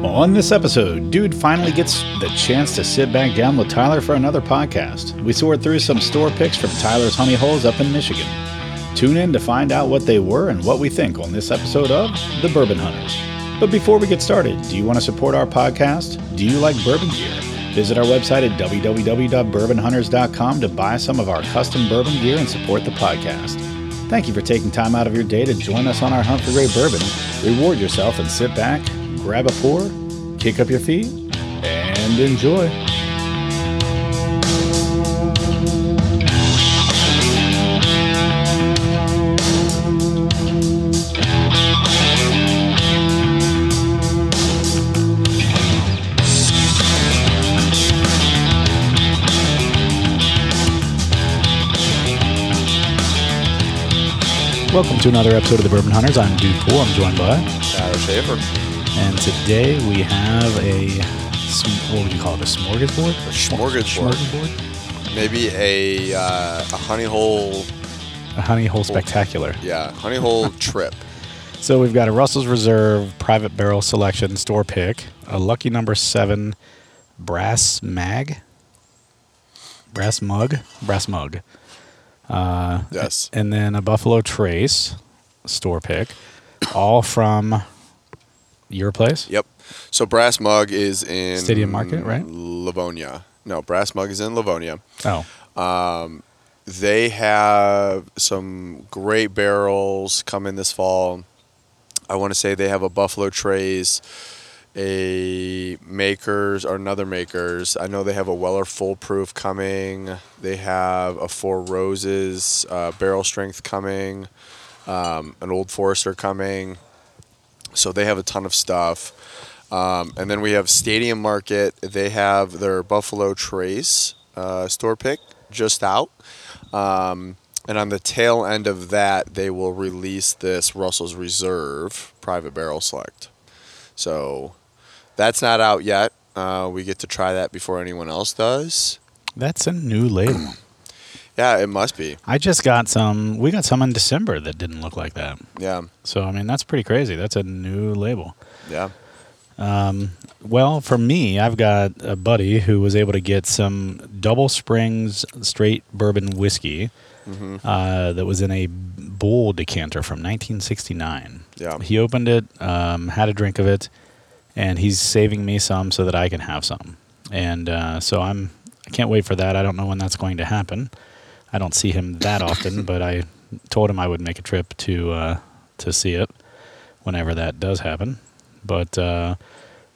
On this episode, Dude finally gets the chance to sit back down with Tyler for another podcast. We soared through some store picks from Tyler's honey holes up in Michigan. Tune in to find out what they were and what we think on this episode of The Bourbon Hunters. But before we get started, do you want to support our podcast? Do you like bourbon gear? Visit our website at www.bourbonhunters.com to buy some of our custom bourbon gear and support the podcast. Thank you for taking time out of your day to join us on our hunt for great bourbon. Reward yourself and sit back, grab a pour, kick up your feet, and enjoy. Welcome to another episode of the Bourbon Hunters. I'm Dude Pool. I'm joined by, Tyler Schaefer. and today we have a sm- what would you call it? A smorgasbord? A smorgasbord. Maybe a uh, a honey hole, A honey hole spectacular. yeah, honey hole trip. So we've got a Russell's Reserve private barrel selection store pick, a lucky number seven brass mag, brass mug, brass mug, Yes, and then a Buffalo Trace store pick, all from your place. yep. So Brass Mug is in Stadium Market, right? Livonia. No, Brass Mug is in Livonia. Oh, They have some great barrels coming this fall. I want to say they have a Buffalo Trace, a Makers or another Makers. I know they have a Weller Foolproof coming. They have a Four Roses uh, barrel strength coming, um, an Old Forester coming. So they have a ton of stuff. Um, and then we have Stadium Market. They have their Buffalo Trace uh, store pick just out. Um, and on the tail end of that, they will release this Russell's Reserve private barrel select. So that's not out yet. Uh, we get to try that before anyone else does. that's a new label. Yeah, it must be. I just got some. We got some in December that didn't look like that. Yeah, So I mean, that's pretty crazy. That's a new label. yeah. Well, for me, I've got a buddy who was able to get some Double Springs straight bourbon whiskey uh, that was in a bowl decanter from 1969. Yeah. He opened it, um, had a drink of it, and he's saving me some so that I can have some. And uh, so I'm I can't wait for that. I don't know when that's going to happen. I don't see him that often, but I told him I would make a trip to uh, to see it whenever that does happen. But uh,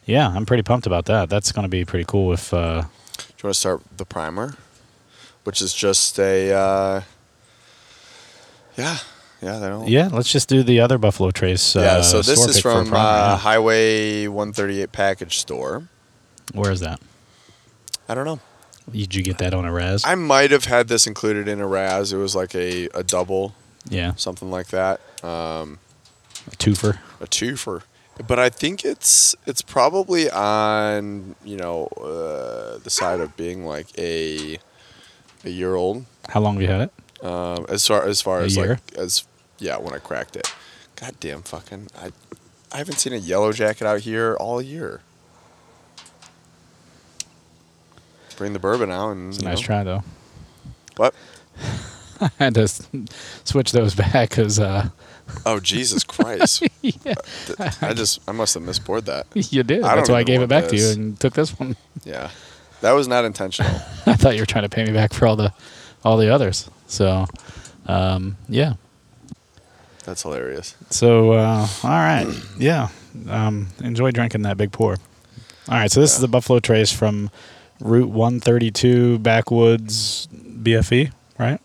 yeah, I'm pretty pumped about that. That's going to be pretty cool. If uh, Do you want to start with the primer, which is just a. Uh, yeah, yeah. They don't. yeah, let's just do the other Buffalo Trace. Uh, Yeah, so this store is pick for from Primer, uh, yeah. Highway 138 package store. Where is that? I don't know. Did you get that on a res? I might have had this included in a Raz. It was like a, a double, yeah, something like that, twofer. a twofer. But I think it's it's probably on you know uh, the side of being like a a year old How long have you had it? um, as far as far A as year? like as yeah when I cracked it. Goddamn fucking I I haven't seen a yellow jacket out here all year. Bring the bourbon out and It's a you nice know. try though. What? I had to s- switch those back because uh, Oh Jesus Christ! Th- I just I must have misboard that. you did. I That's don't why I even gave it want back to you this. and took this one. Yeah, that was not intentional. I thought you were trying to pay me back for all the all the others. So um, yeah. That's hilarious. So uh, all right, yeah. Um, enjoy drinking that big pour. All right, so this is the Buffalo Trace from Route 132 Backwoods BFE, right?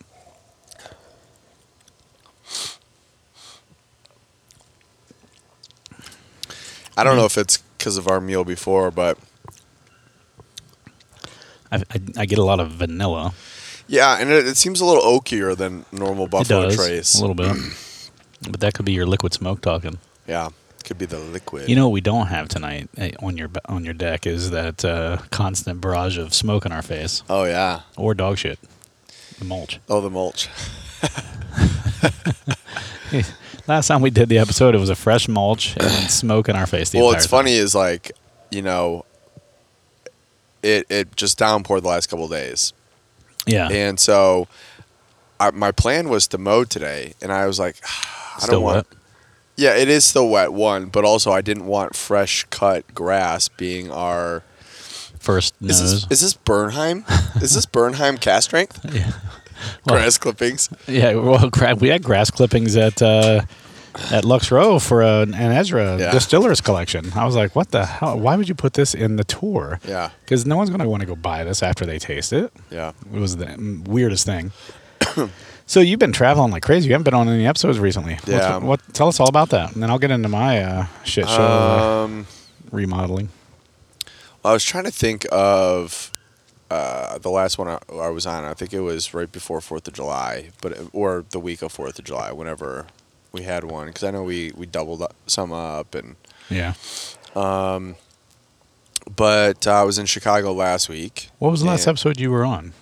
I don't know if it's because of our meal before, but I, I, I get a lot of vanilla. yeah, and it, it seems a little oakier than normal Buffalo it does Trace. a little bit, but that could be your liquid smoke talking. Yeah, could be the liquid. You know what we don't have tonight eh, on your on your deck is that uh, constant barrage of smoke in our face Oh yeah. or dog shit, the mulch. Oh, the mulch. Last time we did the episode, it was a fresh mulch and then smoke in our face. The well, entire it's time. funny is like you know, it it just downpoured the last couple of days, Yeah. and so I, my plan was to mow today, and I was like, I don't Still want. wet. Yeah, it is still wet one, but also I didn't want fresh cut grass being our. First Is nose. this is this Bernheim? is this Bernheim cast strength yeah. Well- grass clippings? Yeah, well, gra- we had grass clippings at uh, at Lux Row for uh, an Ezra Yeah. Distillers collection. I was like, what the hell? Why would you put this in the tour? Yeah, Because no one's going to want to go buy this after they taste it. yeah. It was the mm, weirdest thing. so you've been traveling like crazy. You haven't been on any episodes recently. What's- Yeah. What, Tell us all about that, and then I'll get into my uh, shit show uh, Um, remodeling. I was trying to think of uh, the last one I, I was on. I think it was right before Fourth of July, but or the week of Fourth of July, whenever we had one, because I know we we doubled up, some up, and Yeah. but uh, I was in Chicago last week. What was the last Yeah. episode you were on?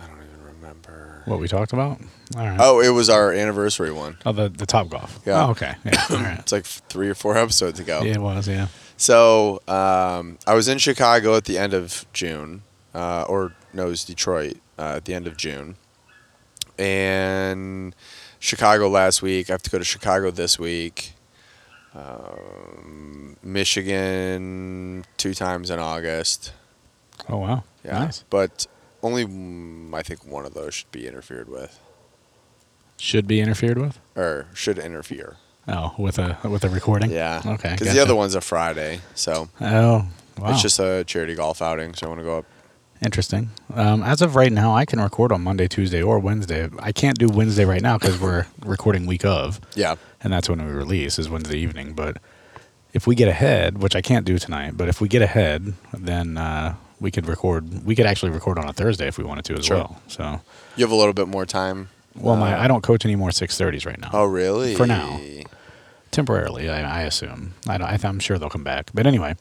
I don't even remember. What we talked about? All right. Oh, it was our anniversary one. Oh, the, the Top Golf. Yeah. Oh, okay. Yeah. All right. It's like three or four episodes ago. Yeah, it was. Yeah. So um, I was in Chicago at the end of June, uh, or no, it was Detroit uh, at the end of June, and Chicago last week. I have to go to Chicago this week. Um, Michigan two times in August. Oh wow. Yeah, Nice. but only mm, I think one of those should be interfered with, Should be interfered with. or should interfere. Oh, with a with a recording. Yeah. Okay. Because the other one's a Friday, so Oh. Wow. it's just a charity golf outing. So I want to go up. interesting. Um, as of right now, I can record on Monday, Tuesday, or Wednesday. I can't do Wednesday right now because we're recording week of, Yeah. and that's when we release is Wednesday evening. But if we get ahead, which I can't do tonight, but if we get ahead, then uh, we could record. We could actually record on a Thursday if we wanted to as Sure. well. So. You have a little bit more time. Well, my Uh, I don't coach any more six thirties right now. Oh, really? For now. temporarily. I, I assume. I don't, I, I'm sure they'll come back. But anyway,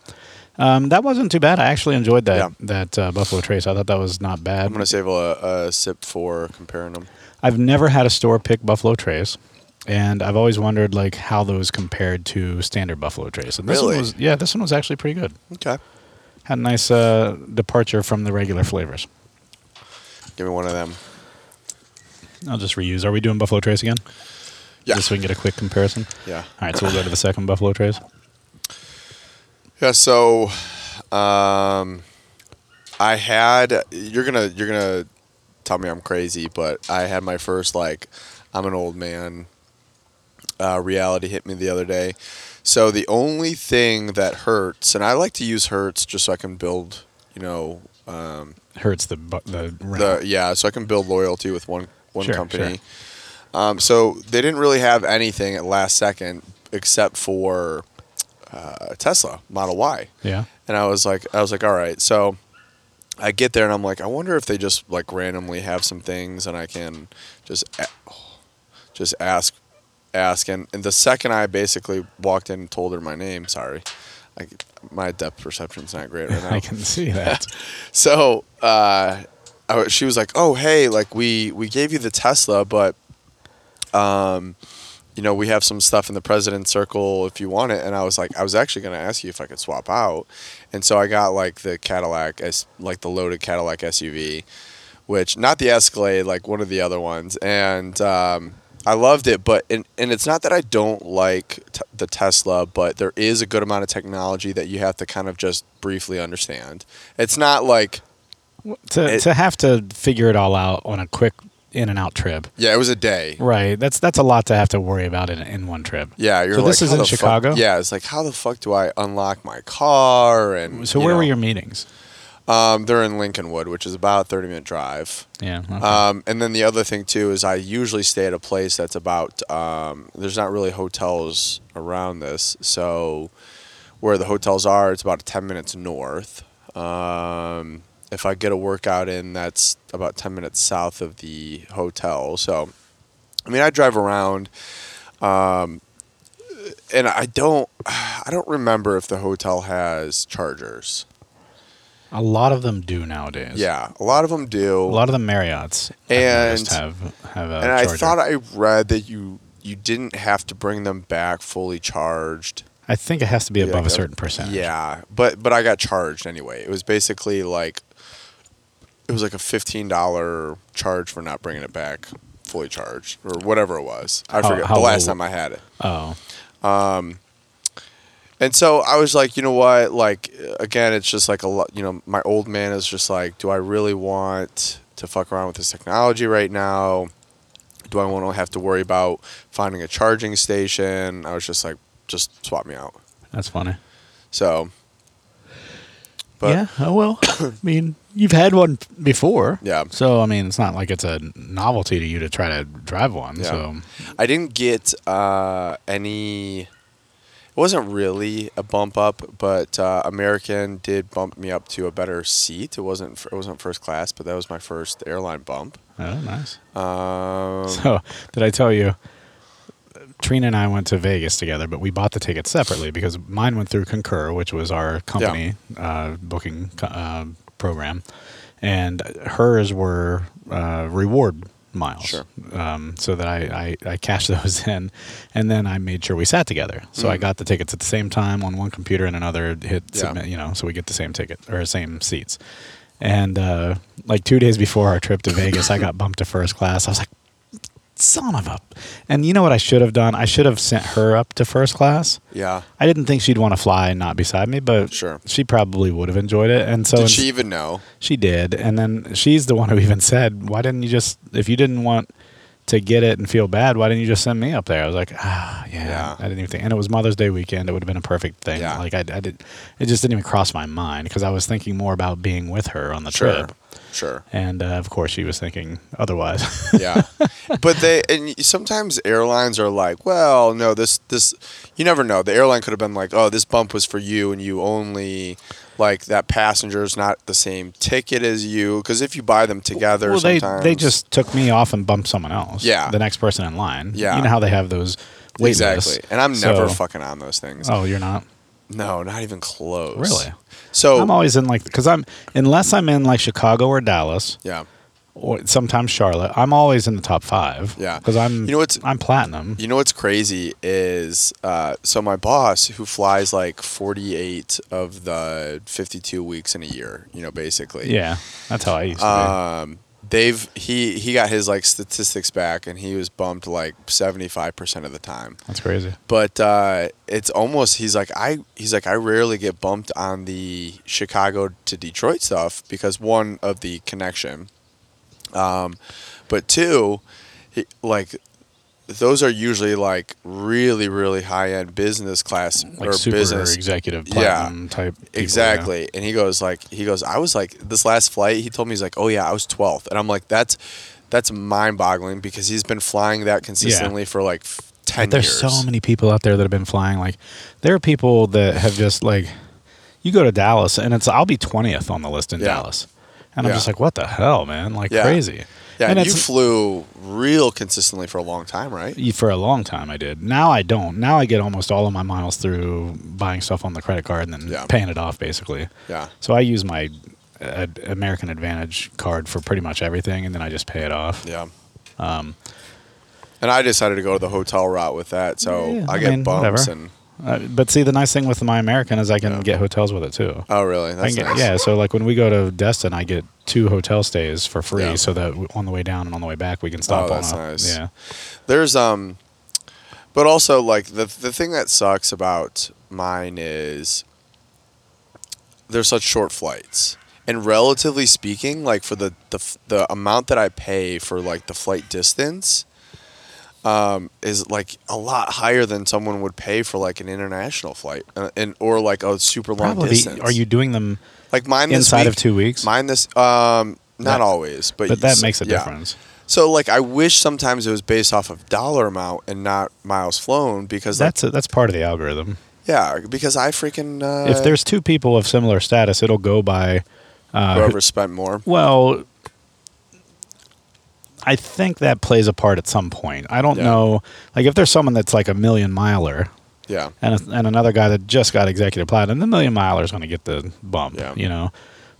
um, that wasn't too bad. I actually enjoyed that Yeah. that uh, Buffalo Trace. I thought that was not bad. I'm gonna save a, a sip for comparing them. I've never had a store pick Buffalo Trace, and I've always wondered like how those compared to standard Buffalo Trace. And this one Really? was yeah, this one was actually pretty good. Okay. Had a nice uh, departure from the regular flavors. Give me one of them. I'll just reuse. Are we doing Buffalo Trace again? Yeah. Just so we can get a quick comparison. Yeah. All right, so we'll go to the second Buffalo Trace. Yeah. So, um, I had you're gonna you're gonna tell me I'm crazy, but I had my first like I'm an old man. Uh, reality hit me the other day. So the only thing that hurts, and I like to use hurts just so I can build, you know, um, Hurts the bu- the, rim. the yeah, so I can build loyalty with one one Sure, company. Um, so they didn't really have anything at last second except for uh, Tesla Model Y, yeah. and I was like, I was like, all right, so. I get there and I'm like, I wonder if they just like randomly have some things and I can just a- just ask ask and, and the second I basically walked in and told her my name, sorry, I, my depth perception's not great right now. I can see that. So uh, I wa- she was like, "Oh, hey, like we we gave you the Tesla, but um, you know we have some stuff in the president's circle if you want it." And I was like, "I was actually going to ask you if I could swap out," and so I got like the Cadillac, S- like the loaded Cadillac SUV, which not the Escalade, like one of the other ones, and. Um, I loved it, but and, and it's not that I don't like t- the Tesla, but there is a good amount of technology that you have to kind of just briefly understand. It's not like to It- to have to figure it all out on a quick in and out trip. Yeah, it was a day. Right. That's that's a lot to have to worry about in in one trip. Yeah, you're So like this is how in the fuck- Chicago? yeah, it's like how the fuck do I unlock my car? And So you where were know. your meetings? Um, they're in Lincolnwood, which is about a thirty minute drive. Yeah. okay. Um, and then the other thing too is I usually stay at a place that's about. Um, there's not really hotels around this, so where the hotels are, it's about ten minutes north. Um, if I get a workout in, that's about ten minutes south of the hotel. So, I mean, I drive around, um, and I don't, I don't remember if the hotel has chargers. a lot of them do nowadays. Yeah, a lot of them do. A lot of the Marriotts I've And- noticed, have have a and I charger. thought I read that you you didn't have to bring them back fully charged. I think it has to be Be above like a certain percentage. Yeah, but but I got charged anyway. It was basically like it was like a fifteen dollar charge for not bringing it back fully charged or whatever it was. I How- forget how the last low- time I had it. Oh, And so I was like, you know what? Like again, it's just like a lot. You know, my old man is just like, do I really want to fuck around with this technology right now? Do I want to have to worry about finding a charging station? I was just like, just swap me out. that's funny. So, but yeah. Oh well. I mean, you've had one before. Yeah. So I mean, it's not like it's a novelty to you to try to drive one. Yeah. So I didn't get uh, any. It wasn't really a bump up, but uh, American did bump me up to a better seat. It wasn't. It wasn't first class, but that was my first airline bump. oh, nice. Um, So did I tell you? Trina and I went to Vegas together, but we bought the tickets separately because mine went through Concur, which was our company uh, booking co- uh, program, and hers were uh, reward miles. Sure. Um, so that I, I, I cashed those in, and then I made sure we sat together. So I Mm. got the tickets at the same time on one computer and another hit Yeah. submit, you know, so we get the same ticket or same seats. And uh, like two days before our trip to Vegas, I got bumped to first class. I was like, son of a. And you know what I should have done? I should have sent her up to first class. yeah. I didn't think she'd want to fly and not beside me, but Sure. she probably would have enjoyed it. And so Did ins- she even know? she did. And then she's the one who even said, why didn't you just, if you didn't want to get it and feel bad, why didn't you just send me up there? I was like, ah, yeah. Yeah. I didn't even think. And it was Mother's Day weekend. It would have been a perfect thing. Yeah. Like, I, I did, it just didn't even cross my mind because I was thinking more about being with her on the Sure. trip. Sure. And uh, of course, she was thinking otherwise. yeah but they and y- sometimes airlines are like well no this this you never know the airline could have been like oh this bump was for you and you only like that passenger is not the same ticket as you because if you buy them together well, they, sometimes they just took me off and bumped someone else. Yeah. The next person in line. Yeah. You know how they have those wait lists. exactly and i'm never So- fucking on those things Oh, you're not? no not even close Really? so I'm always in like, because I'm, unless I'm in like Chicago or Dallas yeah or sometimes Charlotte, I'm always in the top five. Yeah. Because I'm, You know what's- I'm platinum. You know what's crazy is uh, so my boss who flies like 48 of the 52 weeks in a year, you know, basically. yeah. That's how I used to Um, they've he he got his like statistics back and he was bumped like 75% of the time. be. That's crazy. But uh, it's almost he's like I he's like I rarely get bumped on the Chicago to Detroit stuff because one of the connection, um, but two, he, like those are usually like really really high end business class Like or super business executive Yeah. platinum type. people, yeah. Exactly. And he goes like he goes, I was like this last flight, he told me he's like, Oh yeah, I was twelfth. And I'm like, that's that's mind boggling because he's been flying that consistently for like f- ten But there's years. so many people out there that have been flying. Like, there are people that have just like, you go to Dallas and it's I'll be twentieth on the list in Yeah. Dallas, and I'm Yeah. just like, what the hell, man? Like Yeah. crazy. Yeah, and and you it's flew real consistently for a long time, right? for a long time I did. Now I don't. Now I get almost all of my miles through buying stuff on the credit card and then Yeah. paying it off basically. Yeah. So I use my uh, American Advantage card for pretty much everything, and then I just pay it off. Yeah. Um and I decided to go to the hotel route with that, so Yeah, I I get mean, bumps whatever. and Uh, but see, the nice thing with my American is I can get hotels with it too. oh really? I That's can get, nice. Yeah, so like when we go to Destin, I get two hotel stays for free, Yeah. so that w- on the way down and on the way back we can stop Oh, on. that's a- nice. Yeah, There's um, but also like the the thing that sucks about mine is they're such short flights, and relatively speaking, like for the the f- the amount that I pay for like the flight distance, um, is like a lot higher than someone would pay for like an international flight, uh, and or like a super long probably. distance. Are you doing them? like mine this inside of week- two weeks? Mine this um. Not That- always, but But that makes a yeah. difference. So like I wish sometimes it was based off of dollar amount and not miles flown because like, That's a, that's part of the algorithm. yeah because I freaking uh, if there's two people of similar status, it'll go by. Uh, whoever spent more Well, I think that plays a part at some point. I don't Yeah. know. Like if there's someone that's like a million miler, yeah and a, and another guy that just got executive platinum, the million miler's going to get the bump, Yeah. you know.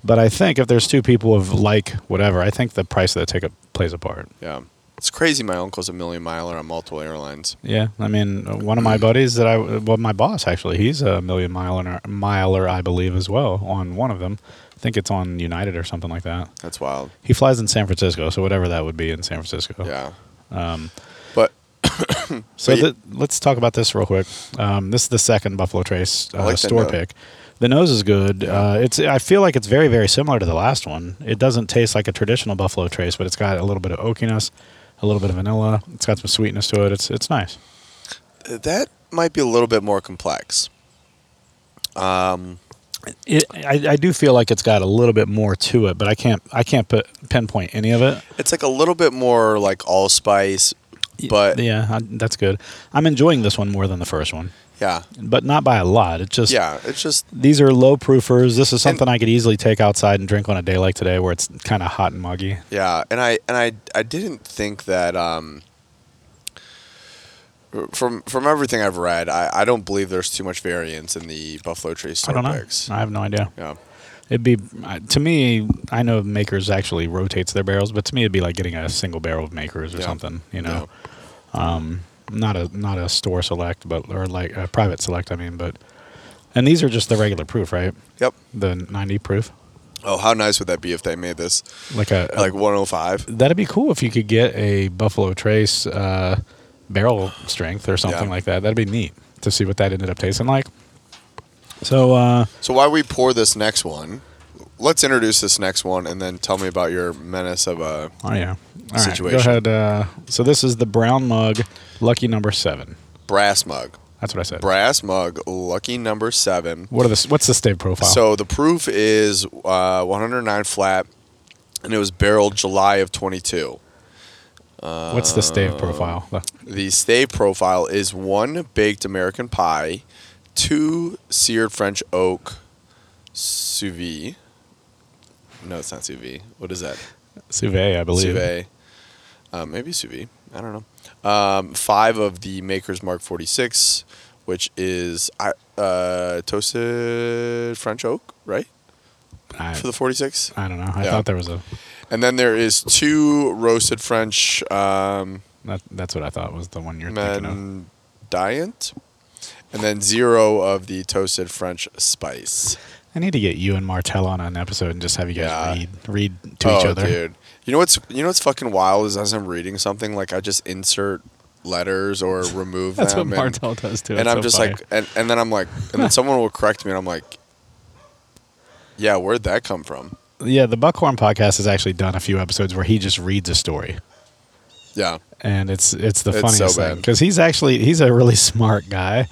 But I think if there's two people of like whatever, I think the price of the ticket plays a part. yeah It's crazy. My uncle's a million miler on multiple airlines. Yeah, I mean, uh, one of Mm. my buddies that I, well, my boss actually, he's a million miler, miler, I believe, as well on one of them. I think it's on United or something like that. That's wild. He flies in San Francisco, so whatever that would be in San Francisco. Yeah. Oh. Um, But so But yeah- the, let's talk about this real quick. Um, this is the second Buffalo Trace I uh, like that store note. pick. The nose is good. Uh, it's I feel like it's very very similar to the last one. It doesn't taste like a traditional Buffalo Trace, but it's got a little bit of oakiness, a little bit of vanilla. It's got some sweetness to it. It's it's nice. that might be a little bit more complex. Um, It, I, I do feel like it's got a little bit more to it, but I can't I can't put, pinpoint any of it. it's like a little bit more like allspice, but yeah, yeah, I, that's good. I'm enjoying this one more than the first one, yeah, but not by a lot. It just It's just these are low proofers. This is something I could easily take outside and drink on a day like today where it's kind of hot and muggy. yeah, and I and I I didn't think that um, from from everything I've read, I, I don't believe there's too much variance in the Buffalo Trace I store don't know. picks. I have no idea. Yeah, It'd be I- to me. I know Makers actually rotates their barrels, but to me, it'd be like getting a single barrel of Makers or Yeah. something. You know, Yeah. not a not a store select, but or like a private select. I mean, but and these are just the regular proof, right? Yep. The ninety proof, Oh, how nice would that be if they made this like a like 105? that'd be cool if you could get a Buffalo Trace uh, barrel strength or something Yeah. like that. That'd be neat to see what that ended up tasting like. So uh, So while we pour this next one, let's introduce this next one and then tell me about your menace of a. Oh yeah. All right. Situation. Go ahead. Uh, so this is the brown mug, lucky number seven. Brass mug. That's what I said. Brass mug, lucky number seven. What are the What's the stave profile? So the proof is uh, 109 flat, and it was barreled July of 22. what's the uh, stave profile? The- The stave profile is one baked American pie, two seared French oak sous vide. No, it's not sous vide. What is that? Sous vide, I believe. Suve. Uh, maybe Suvi. I don't know. Um, five of the Maker's Mark 46, which is I- uh, toasted French oak, right? I, For the 46. I don't know. I Yeah. thought there was a. And then there is two roasted French um, That, that's what I thought was the one you're thinking of. mendiant. And then zero of the toasted French spice. I need to get you and Martell on an episode and just have you guys Yeah. read read to each Oh, other. dude. You know what's you know what's fucking wild is as I'm reading something, like I just insert letters or remove That's what them. and- Martell does too. and It's I'm so just funny. like, and, and then I'm like, and then someone will correct me, and I'm like, yeah, where'd that come from? yeah. The Buckhorn podcast has actually done a few episodes where he just reads a story. Yeah, and it's it's the It's funniest so thing bad. because he's actually he's a really smart guy,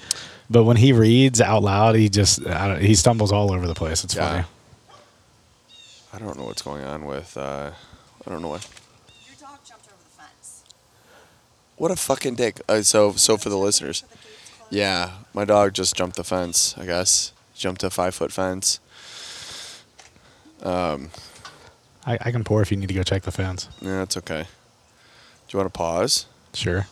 but when he reads out loud, he just I don't, he stumbles all over the place. It's Yeah. funny. I don't know what's going on with, uh, I don't know what, Your dog jumped over the fence. what a fucking dick. Uh, so, so for the listeners, yeah, my dog just jumped the fence. I guess jumped a five foot fence. I, I can pour if you need to go check the fence. Yeah, that's okay. Do you want to pause? Sure.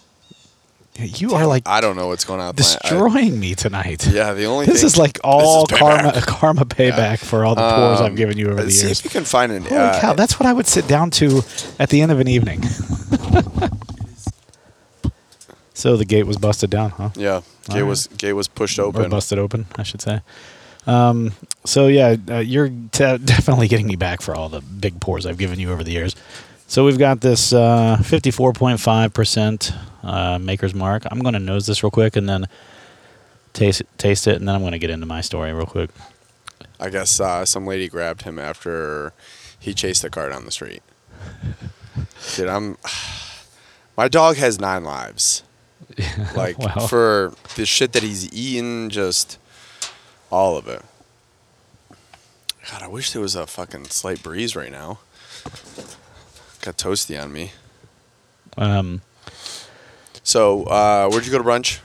You are like I don't know what's going on. With my- I- destroying me tonight. yeah, the only This thing, is like all payback. karma karma payback for all the Um, pours I've given you over the See years. if you can find an. Holy uh, cow! That's what I would sit down to at the end of an evening. so the gate was busted down, huh? yeah, All gate right. was gate was pushed Or open. busted open, I should say. Um, so yeah, uh, you're te- definitely getting me back for all the big pours I've given you over the years. So we've got this uh, 54.5% uh, Maker's Mark. I'm going to nose this real quick and then taste taste it, and then I'm going to get into my story real quick. I guess uh, some lady grabbed him after he chased the car down the street. Dude, I'm. My dog has nine lives. Like Wow. for the shit that he's eaten, just all of it. God, I wish there was a fucking slight breeze right now. Got toasty on me. Um, So, uh, where'd you go to brunch?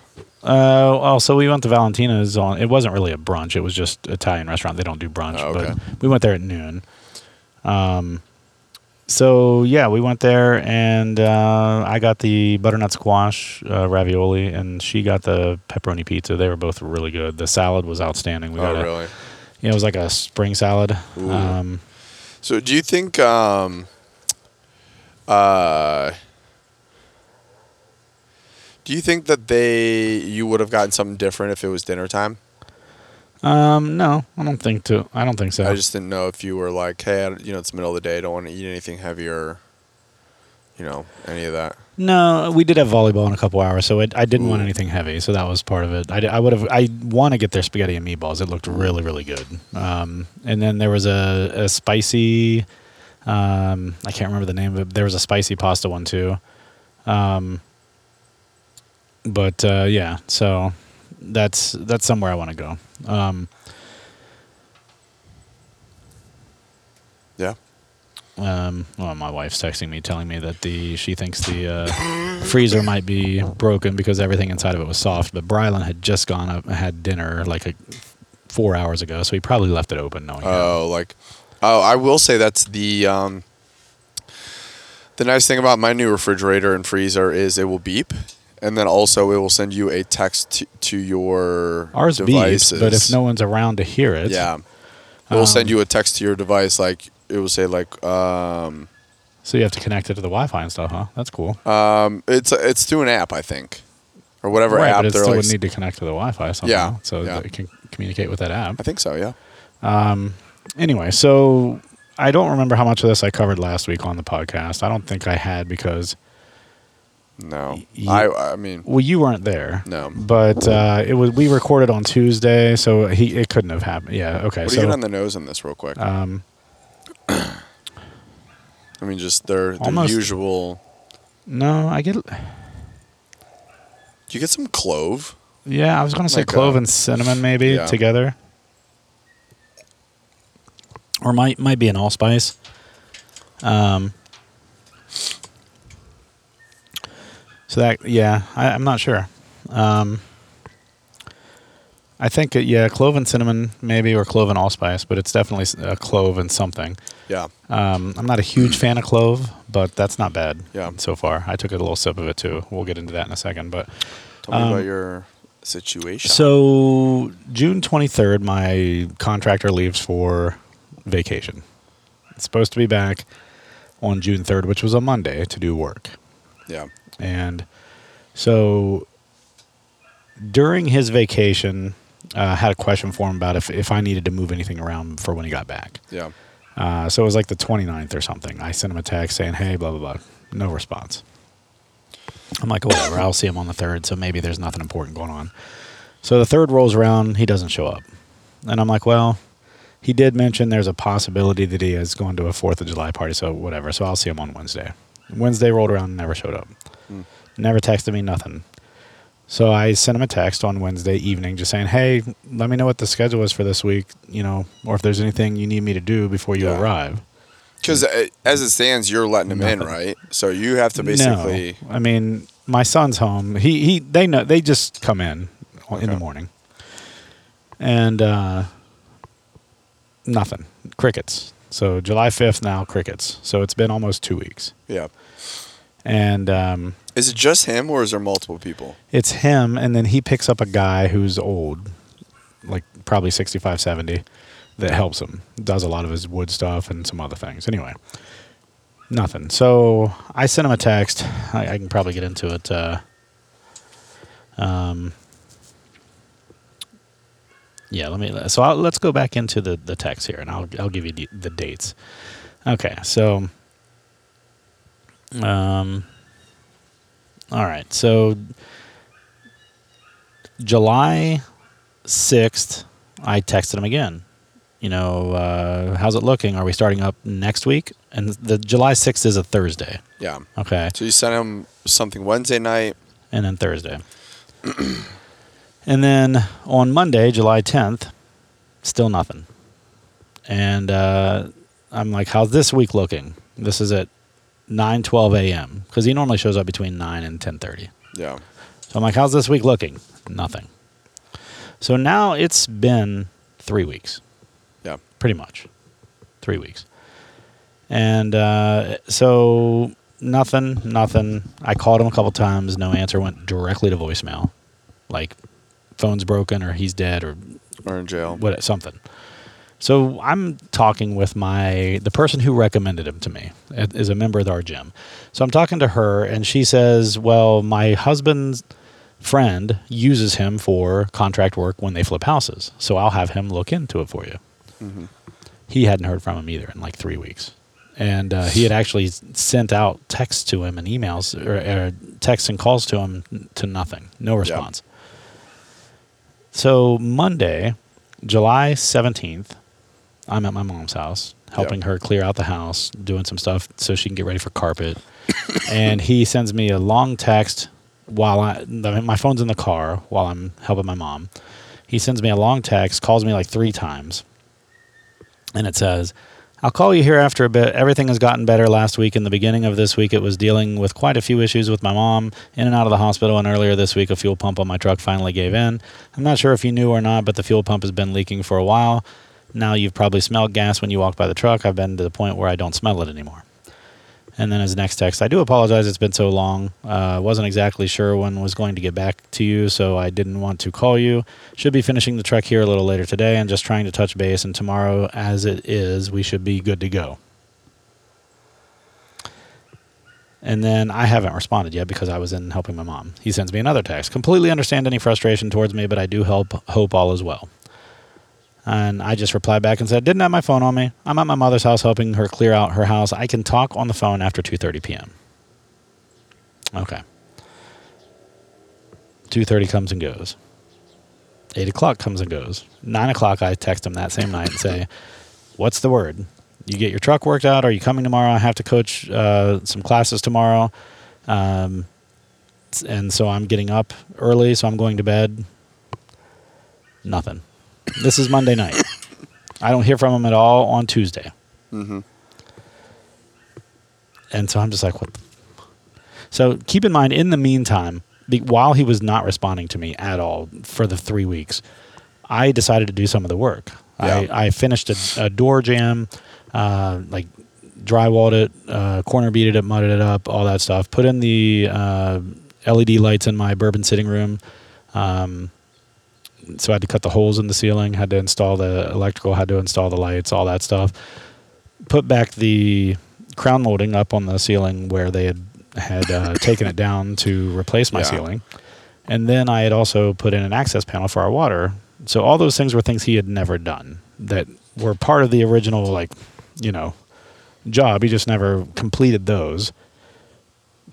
Uh, oh, so we went to Valentina's on. It wasn't really a brunch. It was just Italian restaurant. They don't do brunch, Oh, okay. but we went there at noon. Um, so yeah, we went there, and uh, I got the butternut squash uh, ravioli, and she got the pepperoni pizza. They were both really good. The salad was outstanding. We got Oh, a- really? yeah, it was like a spring salad. Ooh. Um, So, do you think um, uh, Do you think that they you would have gotten something different if it was dinner time? Um, no, I don't think to. I don't think so. I just didn't know if you were like, hey, I, you know, it's the middle of the day. I don't want to eat anything heavier. You know, any of that. no, we did have volleyball in a couple hours, so it, I didn't want Ooh. anything heavy, so that was part of it. I, d- I would have. I want to get their spaghetti and meatballs. It looked really, really good. Um, and then there was a, a spicy. Um, I can't remember the name of it. But there was a spicy pasta one too. Um, but uh, yeah, so that's that's somewhere I want to go. Um, Yeah. Um, well, my wife's texting me, telling me that the she thinks the uh, freezer might be broken because everything inside of it was soft. But Brylan had just gone up and had dinner like a, four hours ago, so he probably left it open, knowing. him. Oh, like, oh, I will say that's the um, the nice thing about my new refrigerator and freezer is it will beep, and then also it will send you a text to, to your Ours beeps, devices. but if no one's around to hear it, yeah, it will send Um, you a text to your device. Like it will say like, um, So you have to connect it to the Wi-Fi and stuff, huh? That's cool. um, it's it's through an app, I think, or whatever right, app but it they're still like. would need to connect to the Wi-Fi somehow, Yeah, so yeah. that it can communicate with that app. I think so. Yeah. anyway, so I don't remember how much of this I covered last week on the podcast. I don't think I had because No. Ye- I I mean. well, you weren't there. No. but uh, it was we recorded on Tuesday, so he it couldn't have happened. Yeah, okay. What do so you get on the nose on this, real quick? um, I mean, just their, their almost- usual. no, I get. Do you get some clove? Yeah, I was gonna say Like, clove uh, and cinnamon maybe yeah. together, or might might be an allspice. Um. So that yeah, I, I'm not sure. Um. I think uh, yeah, clove and cinnamon maybe, or clove and allspice, but it's definitely s- a clove and something. Yeah. Um, I'm not a huge fan of clove, but that's not bad. Yeah. So far, I took a little sip of it too. We'll get into that in a second, but. Tell me about Um, your situation. So June twenty third, my contractor leaves for vacation. It's supposed to be back on June third, which was a Monday, to do work. yeah, And so during his vacation, uh, I had a question for him about if, if I needed to move anything around for when he got back. yeah, Uh, so it was like the 29th or something. I sent him a text saying, hey, blah, blah, blah. No response. I'm like, whatever. I'll see him on the third. So maybe there's nothing important going on. So the third rolls around. He doesn't show up. And I'm like, well, he did mention there's a possibility that he has gone to a 4th of July party. So whatever. So I'll see him on Wednesday. Wednesday rolled around and never showed up. Never texted me, nothing. So I sent him a text on Wednesday evening just saying, hey, let me know what the schedule is for this week, you know, or if there's anything you need me to do before you Yeah. arrive. because uh, as it stands, you're letting him in, right? So you have to basically. No. I mean, my son's home. He he. They know. They just come in in the Okay. morning, and uh, nothing. Crickets. So July fifth now crickets. So it's been almost two weeks, Yeah, and um, is it just him or is there multiple people? it's him, and then he picks up a guy who's old, like probably 65, 70, that helps him. Does a lot of his wood stuff and some other things. Anyway, nothing. So I sent him a text. I, I can probably get into it. Uh, um, yeah, let me. So I'll, let's go back into the, the text here, and I'll I'll give you the, the dates. Okay, so. Um. All right, so July 6th, I texted him again. You know, uh, how's it looking? Are we starting up next week? And the July 6th is a Thursday. Yeah, Okay. so you sent him something Wednesday night. And then Thursday. and then on Monday, July 10th, still nothing. And uh, I'm like, how's this week looking? This is at 9 12 a.m. because he normally shows up between 9 and ten thirty. Yeah, So I'm like, how's this week looking? Nothing. So now it's been three weeks, yeah, pretty much. Three weeks. And uh, so nothing, nothing. I called him a couple times, no answer, went directly to voicemail. Like, phone's broken or he's dead or or in jail. what something. So I'm talking with my the person who recommended him to me uh, is a member of our gym. So I'm talking to her and she says, "Well, my husband's friend uses him for contract work when they flip houses. So I'll have him look into it for you." He hadn't heard from him either in like 3 weeks. And uh, he had actually s- sent out texts to him and emails or, or texts and calls to him to nothing. No response. So Monday, July 17th, I'm at my mom's house helping her clear out the house, doing some stuff so she can get ready for carpet. and he sends me a long text while I the- my phone's in the car while I'm helping my mom. He sends me a long text, calls me like 3 times. And it says, I'll call you here after a bit. Everything has gotten better last week. In the beginning of this week, it was dealing with quite a few issues with my mom, in and out of the hospital. And earlier this week, a fuel pump on my truck finally gave in. I'm not sure if you knew or not, but the fuel pump has been leaking for a while. Now you've probably smelled gas when you walk by the truck. I've been to the point where I don't smell it anymore. And then his next text, I do apologize. It's been so long. Uh, wasn't exactly sure when was going to get back to you, so I didn't want to call you. Should be finishing the trek here a little later today and just trying to touch base. And tomorrow, as it is, we should be good to go. And then I haven't responded yet because I was in helping my mom. He sends me another text. Completely understand any frustration towards me, but I do help hope all is well. And I just replied back and said, "Didn't have my phone on me. I'm at my mother's house helping her clear out her house. I can talk on the phone after 2:30 p.m." Okay. 2:30 comes and goes. Eight o'clock comes and goes. Nine o'clock, I text him that same night and say, "What's the word? You get your truck worked out? Are you coming tomorrow? I have to coach uh, some classes tomorrow." Um, s- and so I'm getting up early, so I'm going to bed. Nothing. This is Monday night. I don't hear from him at all on Tuesday. hmm And so I'm just like, what? the f- So keep in mind, in the meantime, be, while he was not responding to me at all for the three weeks, I decided to do some of the work. Yeah. I, I finished a, a door jam, uh, like drywalled it, uh, corner beaded it, mudded it up, all that stuff. Put in the uh, LED lights in my bourbon sitting room. Um, so I had to cut the holes in the ceiling, had to install the electrical, had to install the lights, all that stuff. Put back the crown molding up on the ceiling where they had had uh, taken it down to replace my Yeah. ceiling, and then I had also put in an access panel for our water. So all those things were things he had never done that were part of the original like, you know, job. He just never completed those.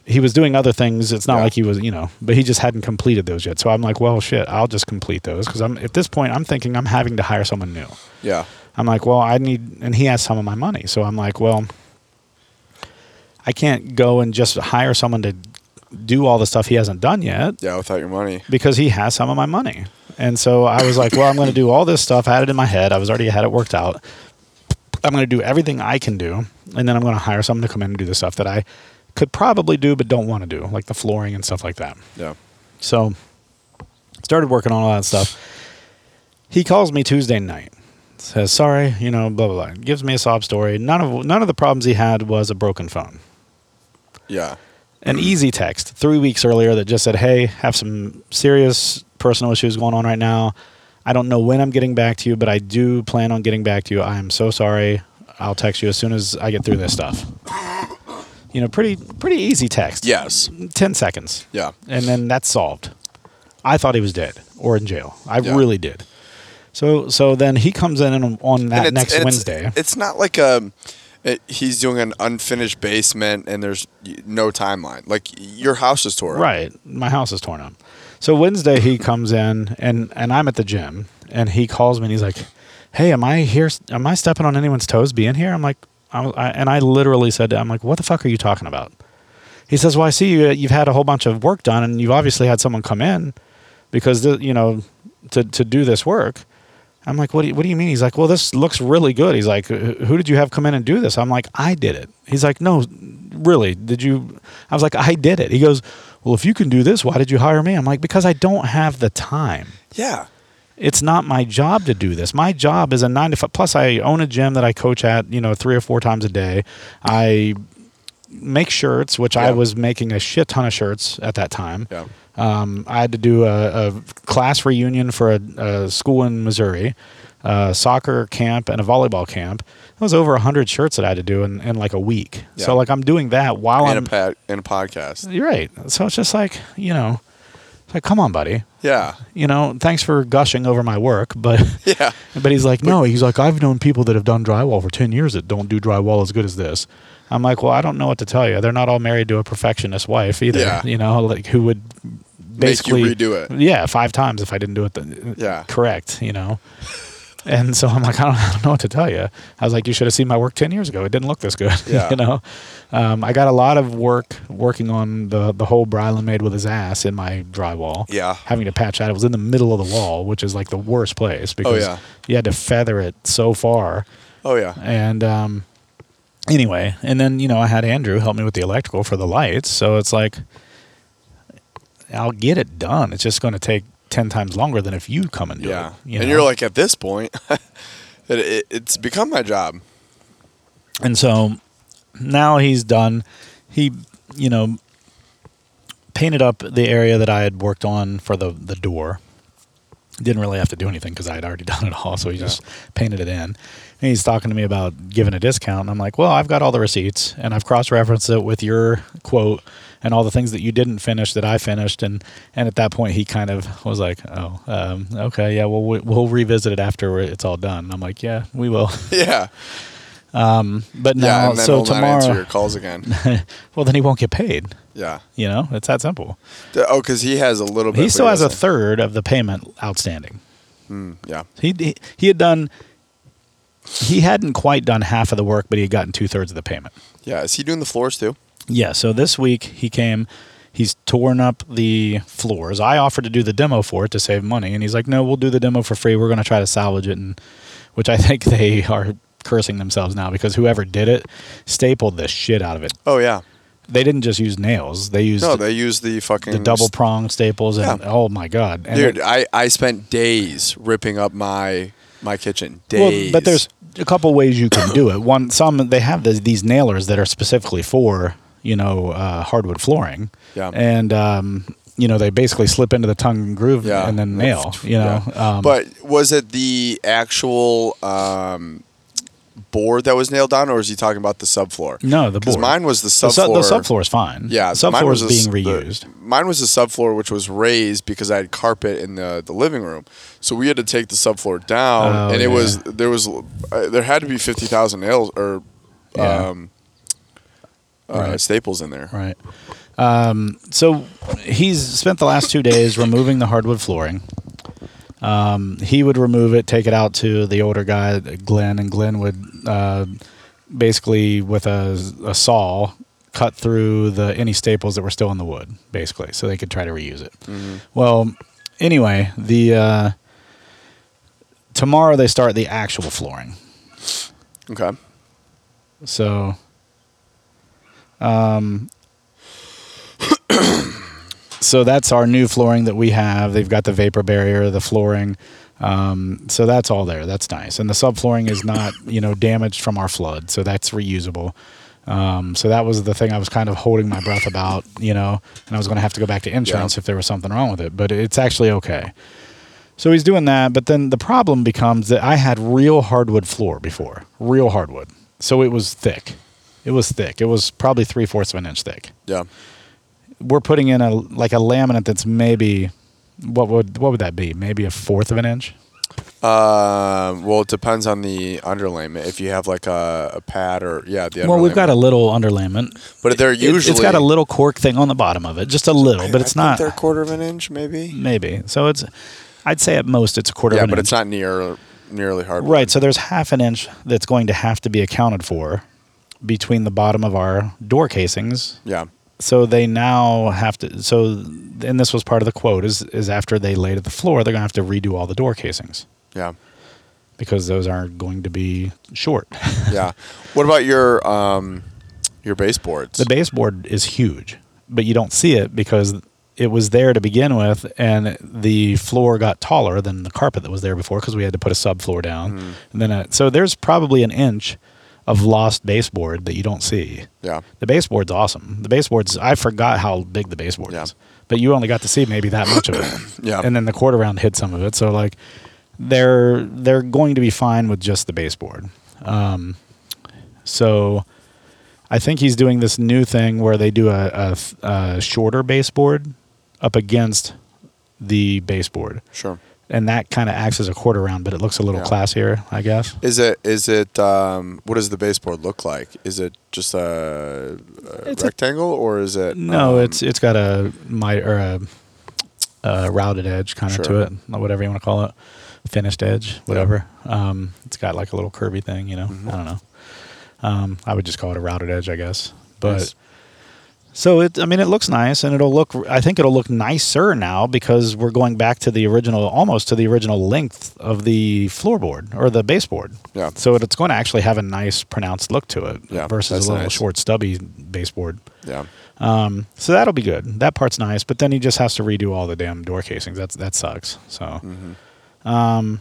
He was doing other things. It's not Yeah. like he was, you know, but he just hadn't completed those yet. So I'm like, well, shit, I'll just complete those because I'm at this point. I'm thinking I'm having to hire someone new. Yeah. I'm like, well, I need, and he has some of my money. So I'm like, well, I can't go and just hire someone to do all the stuff he hasn't done yet Yeah. Without your money. because he has some of my money. And so I was like, well, I'm going to do all this stuff. I had it in my head. I was already had it worked out. I'm going to do everything I can do. And then I'm going to hire someone to come in and do the stuff that I could probably do, but don't want to do, like the flooring and stuff like that. Yeah. So started working on all that stuff. He calls me Tuesday night. Says, sorry, you know, blah blah blah. Gives me a sob story. None of none of the problems he had was a broken phone. Yeah. An easy text three weeks earlier that just said, Hey, have some serious personal issues going on right now. I don't know when I'm getting back to you, but I do plan on getting back to you. I am so sorry. I'll text you as soon as I get through this stuff. You know, pretty pretty easy text. Yes. 10 seconds Yeah. and then that's solved. I thought he was dead or in jail. I Yeah. really did. So so then he comes in and on that And next and Wednesday. It's, not like a. It, he's doing an unfinished basement, and there's no timeline. Like your house is tore up. right. My house is torn up. So Wednesday he comes in and and I'm at the gym and he calls me and he's like, "Hey, am I here? Am I stepping on anyone's toes being here?" I'm like, I, was- I, and I literally said, to him, "I'm like, what the fuck are you talking about?" He says, "Well, I see you. You've had a whole bunch of work done, and you've obviously had someone come in because the, you know to to do this work." I'm like, what do, you, what do you mean? He's like, well, this looks really good. He's like, "Wh- who did you have come in and do this? I'm like, I did it. He's like, no, really? Did you? I was like, I did it. He goes, well, if you can do this, why did you hire me? I'm like, because I don't have the time. Yeah. It's not my job to do this. My job is a nine to five. Plus, I own a gym that I coach at, you know, three or four times a day. I make shirts, which I Yeah. was making a shit ton of shirts at that time. Yeah. Um, I had to do a, a class reunion for a, a school in Missouri. uh, soccer camp and a volleyball camp. That was over 100 shirts that I had to do in, in like a week. Yeah. So, like, I'm doing that while and a I'm. pat and a podcast. You're right. So it's just like, you know, it's like, come on, buddy. Yeah, You know, thanks for gushing over my work, but yeah, but he's like, no. He's like, I've known people that have done drywall for ten years that don't do drywall as good as this. I'm like, well, I don't know what to tell you. They're not all married to a perfectionist wife either. Yeah. You know, like who would Make you basically redo it. Yeah, five times if I didn't do it. The, Yeah. Correct. You know. And so I'm like, I don't, I don't know what to tell you. I was like, you should have seen my work ten years ago. It didn't look this good. Yeah. you know, um, I got a lot of work working on the the hole Brylan made with his ass in my drywall. Yeah. having to patch that. It was in the middle of the wall, which is like the worst place because yeah. you had to feather it so far. oh yeah, And um, anyway, and then you know I had Andrew help me with the electrical for the lights, so it's like I'll get it done. It's just going to take ten times longer than if you come and do yeah. it. you and know? you're like at this point, it, it, it's become my job. And so now he's done. He, you know, painted up the area that I had worked on for the the door. Didn't really have to do anything because I had already done it all. So he just painted it in. And he's talking to me about giving a discount. And I'm like, well, I've got all the receipts and I've cross referenced it with your quote and all the things that you didn't finish that I finished. And, and at that point, he kind of was like, oh, um, okay, yeah, well, we- we'll revisit it after it's all done. And I'm like, yeah, we will. Yeah, But yeah, now, and then so he'll not answer your tomorrow, calls again. well, then he won't get paid. yeah. You know, it's that simple. D- Oh, because he has a little bit. He but still has a doesn't. third of the payment outstanding. yeah, He he- he had done. He hadn't quite done half of the work, but he had gotten two thirds of the payment. yeah. Is he doing the floors too? Yeah. So this week he came. He's torn up the floors. I offered to do the demo for it to save money, and he's like, "No, we'll do the demo for free. We're going to try to salvage it." And which I think they are cursing themselves now because whoever did it stapled the shit out of it. Oh yeah. They didn't just use nails; they used No, they use the fucking the double prong staples and Yeah. oh my god and Dude, it- I, I spent days ripping up my my kitchen. well, Days. but there's a couple ways you can do it one some they have this, these nailers that are specifically for you know uh, hardwood flooring Yeah. and um, you know they basically slip into the tongue and groove yeah, and then nail you know Yeah. um, but was it the actual um, board that was nailed down, or is he talking about the subfloor? no the 'Cause board mine was the the, su- subfloor. the subfloor is fine Yeah, The subfloor mine is a being s- reused The, mine was the subfloor, which was raised because I had carpet in the, the living room, so we had to take the subfloor down, Oh, and it yeah. was there was uh, there had to be fifty thousand nails or Yeah. um, uh, Right. staples in there. Right. Um, so he's spent the last two days removing the hardwood flooring. Um, he would remove it, take it out to the older guy, Glenn, and Glenn would uh, basically, with a, a saw, cut through the any staples that were still in the wood, basically, so they could try to reuse it. Well, anyway, the uh, tomorrow they start the actual flooring. Okay. So, um, so that's our new flooring that we have. They've got the vapor barrier, the flooring. Um, so that's all there. That's nice. And the subflooring is not, you know, damaged from our flood. So that's reusable. Um, so that was the thing I was kind of holding my breath about, you know, and I was going to have to go back to insurance Yeah. if there was something wrong with it, but it's actually okay. So he's doing that, but then the problem becomes that I had real hardwood floor before, real hardwood. So it was thick. It was thick. It was probably three fourths of an inch thick. Yeah. We're putting in a like a laminate that's maybe what would what would that be? Maybe a fourth of an inch. Uh, well, it depends on the underlayment. If you have like a, a pad or yeah, the Well, we've got a underlayment. little underlayment. But they're It- usually it's got a little cork thing on the bottom of it, just a little, but I it's think not They're a quarter of an inch, maybe. maybe. So it's I'd say at most it's a quarter Yeah, of an but inch. it's not near nearly hard. Right. So there's half an inch that's going to have to be accounted for between the bottom of our door casings. Yeah. So they now have to. So, and this was part of the quote is is after they laid at the floor, they're going to have to redo all the door casings Yeah. because those aren't going to be short. Yeah. What about your um your baseboards? the baseboard is huge, but you don't see it because it was there to begin with, and the floor got taller than the carpet that was there before because we had to put a subfloor down. And then, a, so there's probably an inch of lost baseboard that you don't see. yeah. The baseboard's awesome. The baseboard's I forgot how big the baseboard Yeah. is, but you only got to see maybe that much of it. Yeah. And then the quarter round hit some of it. So like, they're they're going to be fine with just the baseboard. Um, so I think he's doing this new thing where they do a, a, th- a shorter baseboard up against the baseboard, Sure. and that kind of acts as a quarter round, but it looks a little Yeah. classier, I guess. Is it is it um, what does the baseboard look like? Is it just a, a It's a- rectangle or is it No, um, it's it's got a my or a, a routed edge kind of to Sure. it, whatever you want to call it, finished edge, whatever. Um, it's got like a little curvy thing, you know. Mm-hmm. I don't know. Um, I would just call it a routed edge, I guess. But Nice. so it, I mean, it looks nice, and it'll look. I think it'll look nicer now because we're going back to the original, almost to the original length of the floorboard or the baseboard. Yeah. So it, it's going to actually have a nice, pronounced look to it Yeah, versus a that's little nice. short, stubby baseboard. yeah. Um, so that'll be good. That part's nice, but then he just has to redo all the damn door casings. That's that sucks. So, um, but, Mm-hmm.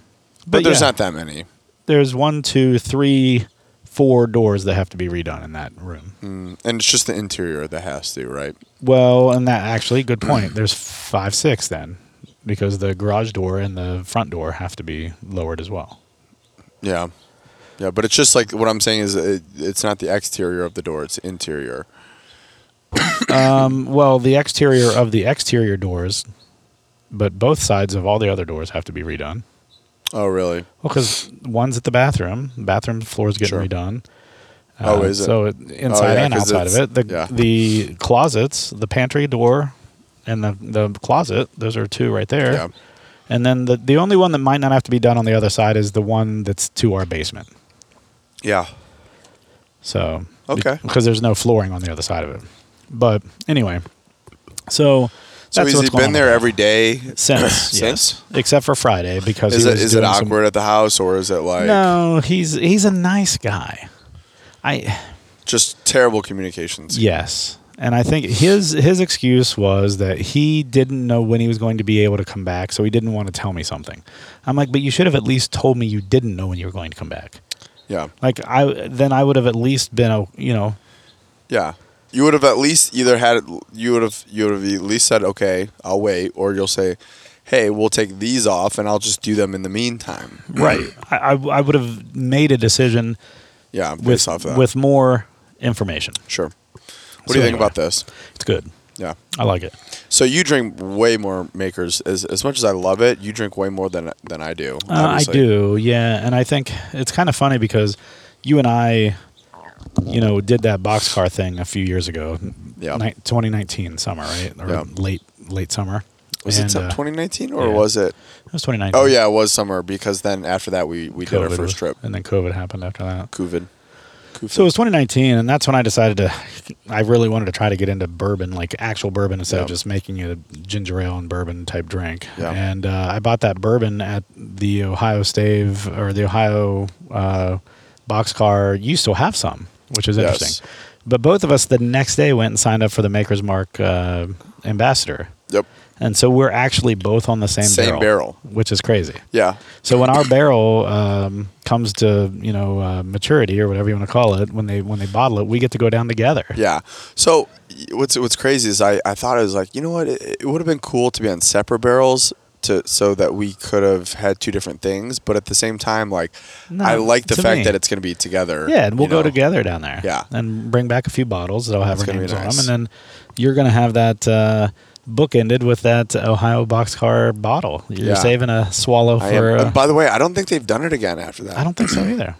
But, there's yeah, not that many. There's one, two, three, four doors that have to be redone in that room. Mm, And it's just the interior that has to, right? Well, and that actually good point. there's five, six then, because the garage door and the front door have to be lowered as well. Yeah. Yeah, but it's just like what I'm saying is it, it's not the exterior of the door, it's interior. Um, well, the exterior of the exterior doors, but both sides of all the other doors have to be redone. Oh, really? Well, because one's at the bathroom. Bathroom floor's getting Sure. redone. Uh, Oh, is it? So it, inside yeah, and 'cause outside of it's- it. The yeah. the closets, the pantry door, and the the closet. Those are two right there. Yeah. And then the the only one that might not have to be done on the other side is the one that's to our basement. Yeah. So Okay. because there's no flooring on the other side of it. But anyway, so So that's has what's he going on been there with every day? that. since yes, since? except for Friday because Is he it was is it doing some- awkward at the house or is it like no, he's he's a nice guy. I just terrible communications? yes, and I think his his excuse was that he didn't know when he was going to be able to come back, so he didn't want to tell me something. I'm like, but you should have at least told me you didn't know when you were going to come back. Yeah. Like I then I would have at least been a you know Yeah. You would have at least either had you would have you would have at least said okay, I'll wait, or you'll say, hey, we'll take these off and I'll just do them in the meantime. right. I I, I would have made a decision Yeah, based with off that. with more information. sure. What do you think anyway. about this? It's good. Yeah. I like it. So you drink way more makers. As as much as I love it, you drink way more than than I do. Uh, I obviously. do, yeah, and I think it's kind of funny because you and I, you know, did that boxcar thing a few years ago, Yeah. ni- 2019 summer, right, or Yeah. late late summer. Was it And, some- uh, 2019 or yeah. was it? It was 2019. Oh yeah, it was summer because then after that we we did our COVID was- first trip. and then COVID happened after that. COVID. COVID. So it was 2019, and that's when I decided to. I really wanted to try to get into bourbon, like actual bourbon, instead of Yeah. just making it a ginger ale and bourbon type drink. Yeah. And uh, I bought that bourbon at the Ohio Stave or the Ohio uh, Boxcar. Used to have some, which is Yes. interesting. But both of us the next day went and signed up for the Maker's Mark uh, Ambassador, yep. and so we're actually both on the same Same barrel. which is crazy. Yeah. So when our barrel um, comes to you know uh, maturity or whatever you want to call it, when they when they bottle it, we get to go down together. Yeah. So y- what's what's crazy is I, I thought it was like you know what it, it would have been cool to be on separate barrels to so that we could have had two different things, but at the same time like No, I like the to fact me. that it's going to be together. Yeah, and we'll you go know? together down there. Yeah. and bring back a few bottles that'll have That's our gonna names be on 'em on nice. them, and then you're gonna have that uh, bookended with that Ohio boxcar bottle. You're Yeah. saving a swallow I am- for. and uh, by the way, I don't think they've done it again after that. I don't think so either.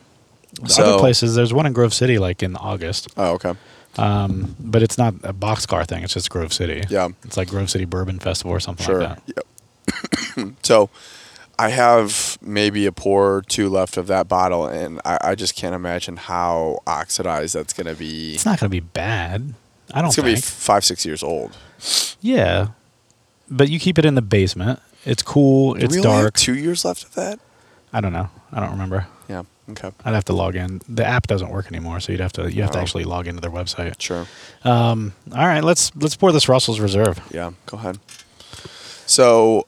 So- Other places, there's one in Grove City, like in August, Oh, okay. um, but it's not a boxcar thing. It's just Grove City. Yeah. it's like Grove City Bourbon Festival or something Sure. like that. Yep. so I have maybe a pour or two left of that bottle, and I, I just can't imagine how oxidized that's going to be. It's not going to be bad. I don't It's going to think. be five, six years old. yeah, but you keep it in the basement. It's cool. Do It's we only have dark. two years left of that? I don't know. I don't remember. Yeah. Okay. I'd have to log in. The app doesn't work anymore, so you'd have to you have to Oh. actually log into their website. Sure. All right, let's let's pour this Russell's Reserve. Yeah. Go ahead. So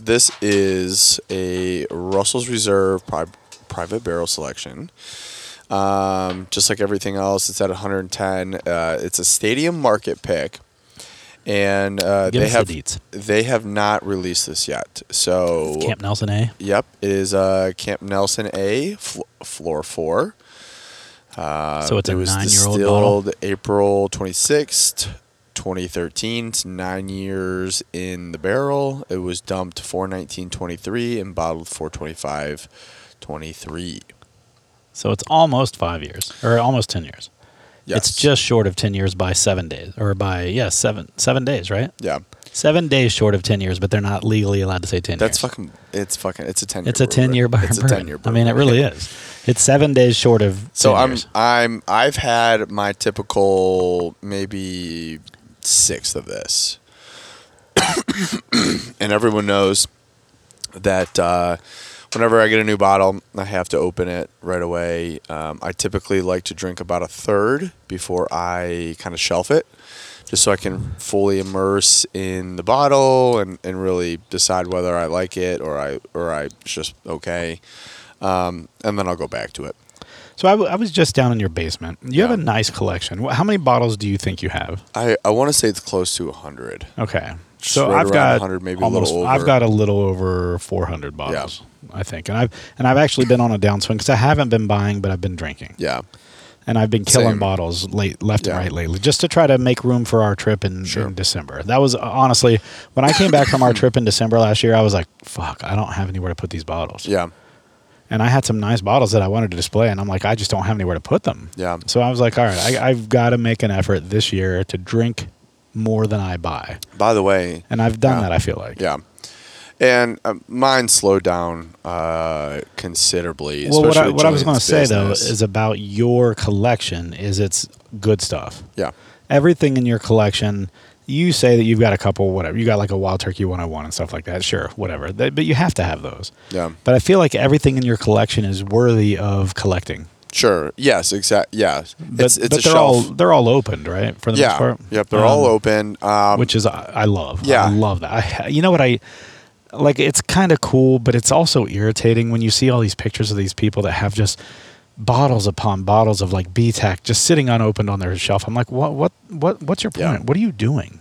this is a Russell's Reserve pri- private barrel selection. Um, just like everything else, it's at 110. Uh, it's a stadium market pick, and uh, Give they us have the deets. they have not released this yet. So Camp Nelson A. Yep, it is uh, Camp Nelson A, fl- floor four. Uh, So it's it a was nine-year-old distilled April 26th, 2013. It's nine years in the barrel. It was dumped 419.23 and bottled 425.23. So it's almost five years or almost 10 years. Yes. It's just short of 10 years by seven days or by, yeah, seven, seven days, right? Yeah. Seven days short of 10 years, but they're not legally allowed to say 10 That's years. fucking. It's fucking. It's a 10 year It's a 10 year bar It's a burn. 10 year I mean, it really is. It's seven days short of. So 10 I'm years. I'm I've had my typical maybe sixth of this, and everyone knows that uh, whenever I get a new bottle, I have to open it right away. Um, I typically like to drink about a third before I kind of shelf it, just so I can fully immerse in the bottle and, and really decide whether I like it or I or I it's just okay, um, and then I'll go back to it. So I, w- I was just down in your basement. You have a Yeah. nice collection. Wh- How many bottles do you think you have? I, I want to say it's close to 100. Okay. Just So right I've around got 100, maybe a almost, little I've over. got a little over 400 bottles, I think. And I've and I've actually been on a downswing because I haven't been buying, but I've been drinking. Yeah. and I've been killing Same. bottles late, left Yeah. and right lately, just to try to make room for our trip in, Sure. in December. That was uh, honestly when I came back from our trip in December last year. I was like, "Fuck, I don't have anywhere to put these bottles." Yeah. and I had some nice bottles that I wanted to display, and I'm like, I just don't have anywhere to put them. Yeah. So I was like, all right, I, I've got to make an effort this year to drink more than I buy, By the way, and I've done Yeah. that. I feel like. yeah. And uh, mine slowed down uh, considerably. Well, what I, especially what I was going to Julian's say though business. is about your collection is it's good stuff. yeah, everything in your collection you say that you've got a couple whatever you got like a wild turkey 101 and stuff like that sure whatever Th- but you have to have those Yeah. but i feel like everything in your collection is worthy of collecting sure, yes, exact, yeah. but, it's it's but a they're shelf. all they're all opened right for the most yeah, part yep. They're Um, all open. Um, which is i, I love Yeah. i love that I, you know what i like it's kind of cool but it's also irritating when you see all these pictures of these people that have just bottles upon bottles of like btac just sitting unopened on their shelf i'm like what what what what's your point Yeah. what are you doing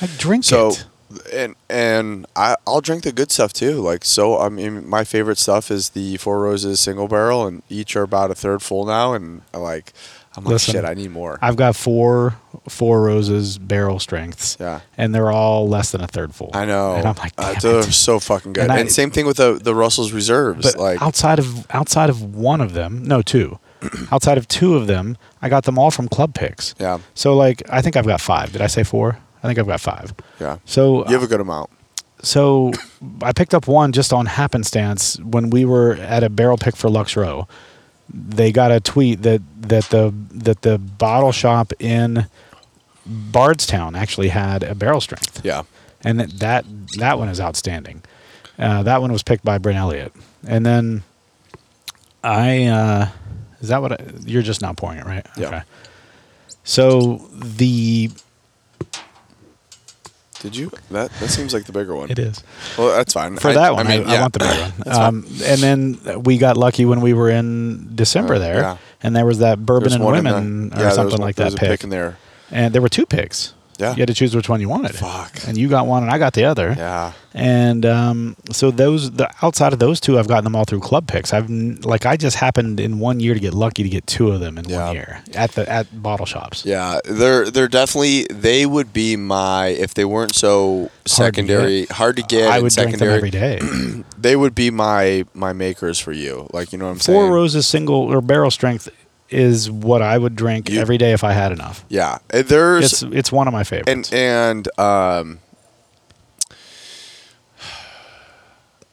like drink so, it and and I I'll drink the good stuff too. Like so, I mean, my favorite stuff is the Four Roses single barrel, and each are about a third full now. And I like, I'm like, Listen, shit, I need more. I've got four four roses barrel strengths. Yeah. And they're all less than a third full. I know. And I'm like, Uh, damn they're it. so fucking good. And And, I- same thing with the the Russell's reserves. But like, outside of outside of one of them, no two. outside of two of them, I got them all from club picks. yeah, So like I think I've got five. Did I say four? I think I've got five. yeah. So uh, You have a good amount. so I picked up one just on happenstance when we were at a barrel pick for Lux Row. They got a tweet that that the that the bottle shop in Bardstown actually had a barrel strength, Yeah, and that that, that one is outstanding. Uh, that one was picked by Bryn Elliott, and then I uh, is that what I, you're just not pouring it right? Yeah. So the did you? That that seems like the bigger one. it is. Well, that's fine. for I- that one. I, I yeah. want the big one. Um, and then we got lucky when we were in December Uh, there, yeah. and there was that bourbon There's and one in women or the- yeah, there was something one- like there that was a pick. in there. And there were two picks. Yeah. you had to choose which one you wanted. Fuck. And you got one, and I got the other. Yeah, And um, so those, the outside of those two, I've gotten them all through club picks. I've n- like I just happened in one year to get lucky to get two of them in Yeah. one year at the at bottle shops. yeah. They're they're definitely they would be my if they weren't so secondary hard to get. I and would drink them secondary. every day. They would be my my makers for you. Like you know what I'm saying. Four roses single or barrel strength is what I would drink You- every day if I had enough. Yeah, Uh, there's it's it's one of my and favorites. and um,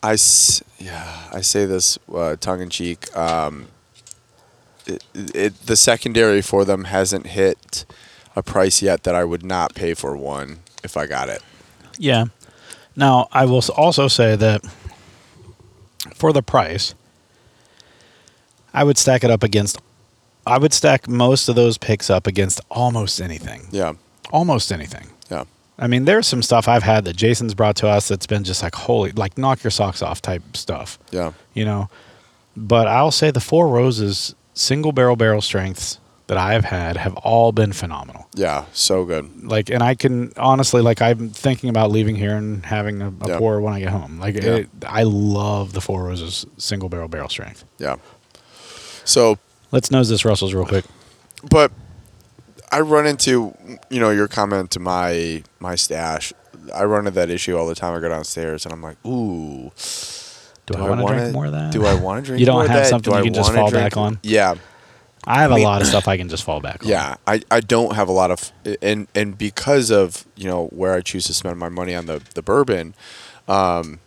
I s- yeah I say this uh, tongue in cheek. Um, it, it, the secondary for them hasn't hit a price yet that I would not pay for one if I got it. yeah. Now I will s- also say that for the price, I would stack it up against. I would stack most of those picks up against almost anything. Yeah, Almost anything. yeah, I mean, there's some stuff I've had that Jason's brought to us that's been just like holy, like knock your socks off type stuff. yeah, you know. But I'll say the Four Roses single barrel barrel strengths that I've had have all been phenomenal. Yeah, so good. Like, and I can honestly, like, I'm thinking about leaving here and having a, a Yeah. pour when I get home. Like, Yeah. it, I love the Four Roses single barrel barrel strength. Yeah. So, Let's nose this Russell's real quick. but I run into you know your comment to my my stash. I run into that issue all the time. I go downstairs and I'm like, ooh, Do, do I, want to wanna- drink more of that? Do I want to drink? You don't more of have that? something Do you I can just wanna fall drink- back on? Yeah, I have I mean- a lot of stuff I can just fall back on. yeah. I, I don't have a lot of and and because of you know where I choose to spend my money on the the bourbon, um,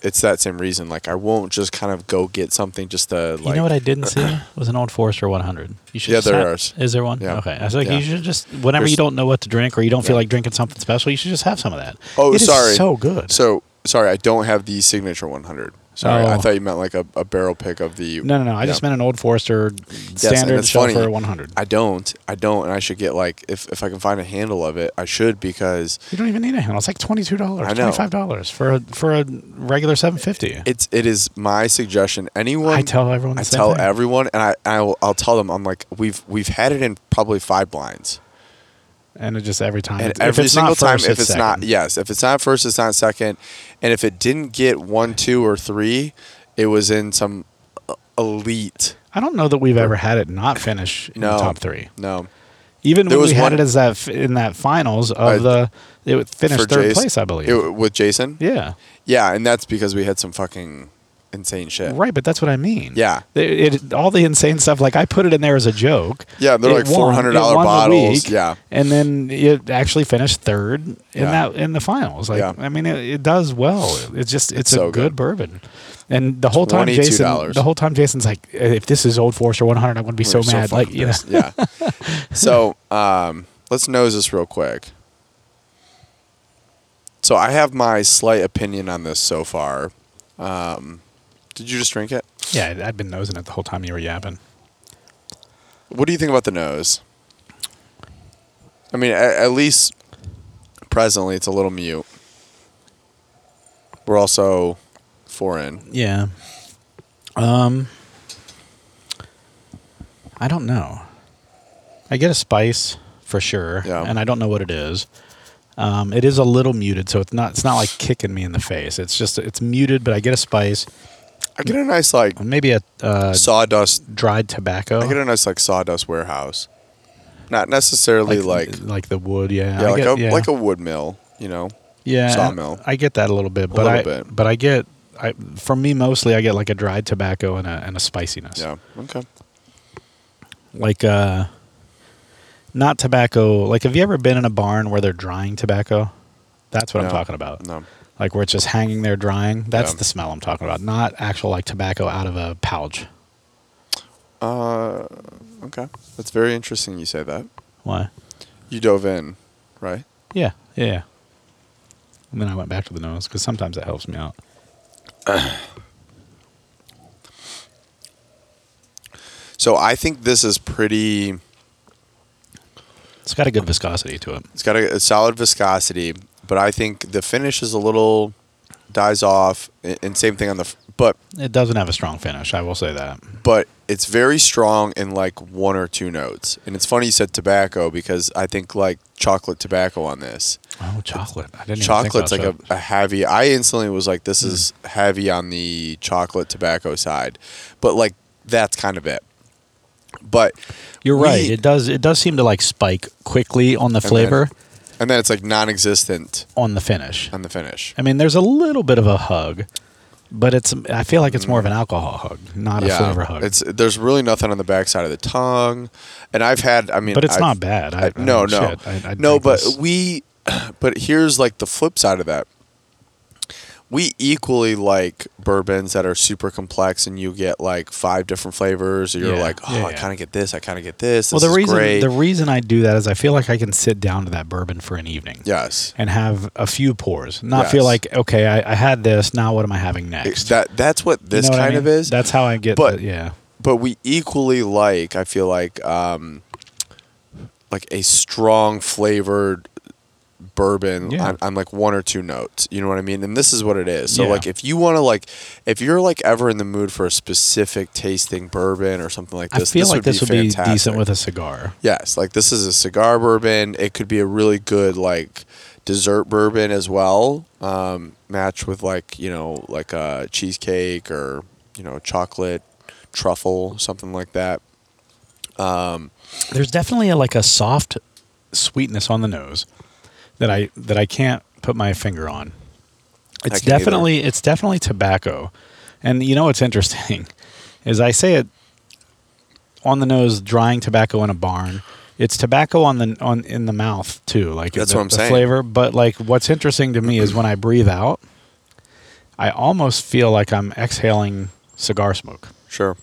it's that same reason. Like I won't just kind of go get something just to like. you know what I didn't see was an old Forester 100. You should Yeah, just there have- is. Is there one? Yeah. Okay. I was like, Yeah. you should just whenever There's- you don't know what to drink or you don't feel Yeah. like drinking something special, you should just have some of that. Oh, It is sorry. so good. So sorry, I don't have the signature 100. Sorry, I Oh. thought you meant like a, a barrel pick of the. no, no, no. I just meant an old Forester and standard it's funny. for 100. I don't. I don't, and I should get like if if I can find a handle of it, I should because you don't even need a handle. It's like twenty two dollars, I know. twenty five dollars for a, for a regular seven fifty. it's it is my suggestion. Anyone I tell everyone the I same tell thing. everyone, and I I'll, I'll tell them. I'm like we've we've had it in probably five blinds, And it just every time, and it's- if every it's single not time first, if it's not second. yes, if it's not first, it's not second, and if it didn't get one, two, or three, it was in some uh, elite. I don't know that we've ever had it not finish in No the top three. No. Even There when was we had one- it as that f- in that finals of Uh, the, it for finished third Jace- place, I believe. it- with Jason. yeah. Yeah, and that's because we had some fucking insane shit. Right, but that's what I mean. Yeah. It, it- all the insane stuff. Like I put it in there as a joke. Yeah, they're It like won- $400 it won the bottles. week, Yeah. and then it actually finished third in Yeah. that in the finals. Like Yeah. I mean, it, it does well. It's just it's, It's a so good, good. bourbon. And the whole time Jason, $22. the whole time Jason's like, if this is Old Forester 100, I'm gonna be so We're mad. like fucking you know, pissed. yeah. so um, let's nose this real quick. So I have my slight opinion on this so far. Um, did you just drink it? yeah, I'd- I'd been nosing it the whole time you were yapping. What do you think about the nose? I mean, at, at least presently, it's a little mute. We're also foreign. Yeah. Um I don't know. I get a spice for sure, Yeah. and I don't know what it is. Um, it is a little muted, so it's not it's not like kicking me in the face. It's just it's muted, but I get a spice, I get a nice like maybe a uh, sawdust. dried tobacco. I get a nice like sawdust warehouse. Not necessarily like like the wood, yeah. yeah, I like get- a yeah. like a wood mill. You know. yeah, sawmill. I get that a little bit, but little I bit. but I get I for me mostly I get like a dried tobacco and a and a spiciness. Yeah. Okay. like uh not tobacco like have you ever been in a barn where they're drying tobacco that's what i'm No. talking about No. like where it's just hanging there drying that's Yeah. the smell i'm talking about not actual like tobacco out of a pouch Uh, okay. That's very interesting. You say that. why You dove in, right? yeah yeah, yeah. and then i went back to the nose because sometimes that helps me out So I think this is pretty. it's got a good viscosity to it It's got a, a solid viscosity, but I think the finish is a little dies off, a- and same thing on the. f- But it doesn't have a strong finish i will say that but it's very strong in like one or two notes, and it's funny you said tobacco because I think like chocolate tobacco on this. oh chocolate i didn't Chocolate's even like a, think about Hmm. a heavy. I instantly was like, this is heavy on the chocolate tobacco side, but like that's kind of it. But chocolate. you're we- right it does it does seem to like spike quickly on the then- flavor and then it's like non-existent on the finish on the finish. I mean, there's a little bit of a hug, but it's I feel like it's more of an alcohol hug, not a flavor hug. Mm. it's there's really nothing on the backside of the tongue, and I've had. I mean, but it's I've- not bad. I, I- Uh, no, mean, no, shit, I- I'd no. drink But this. we, but here's like the flip side of that. We equally like bourbons that are super complex, and you get like five different flavors. Or you're Yeah, like, oh, yeah, I yeah. kind of get this. I kind of get this. well, this the is reason great. the reason I do that is I feel like I can sit down to that bourbon for an evening, yes, and have a few pours, not feel Yes. like okay, I, I had this. Now what am I having next? that that's what You this know what I kind of mean? is. That's how I get. But- the- yeah, but we equally like i feel like um like a strong flavored bourbon Yeah. on, on like one or two notes. You know what I mean? And this is what it is. So Yeah. like if you want to like if you're like ever in the mood for a specific tasting bourbon or something like I this, feel this like would this be would be fantastic. decent with a cigar. Yes, like this is a cigar bourbon. It could be a really good like dessert bourbon as well, um, matched with like you know like a cheesecake or you know chocolate truffle something like that. There's definitely a, like a soft sweetness on the nose that I that I can't put my finger on. It's can't either. definitely it's definitely tobacco, and you know what's interesting is I say it on the nose, drying tobacco in a barn. It's tobacco on the on in the mouth too, like That's the, what I'm the saying. flavor. But like, what's interesting to me is when I breathe out, I almost feel like I'm exhaling cigar smoke Sure.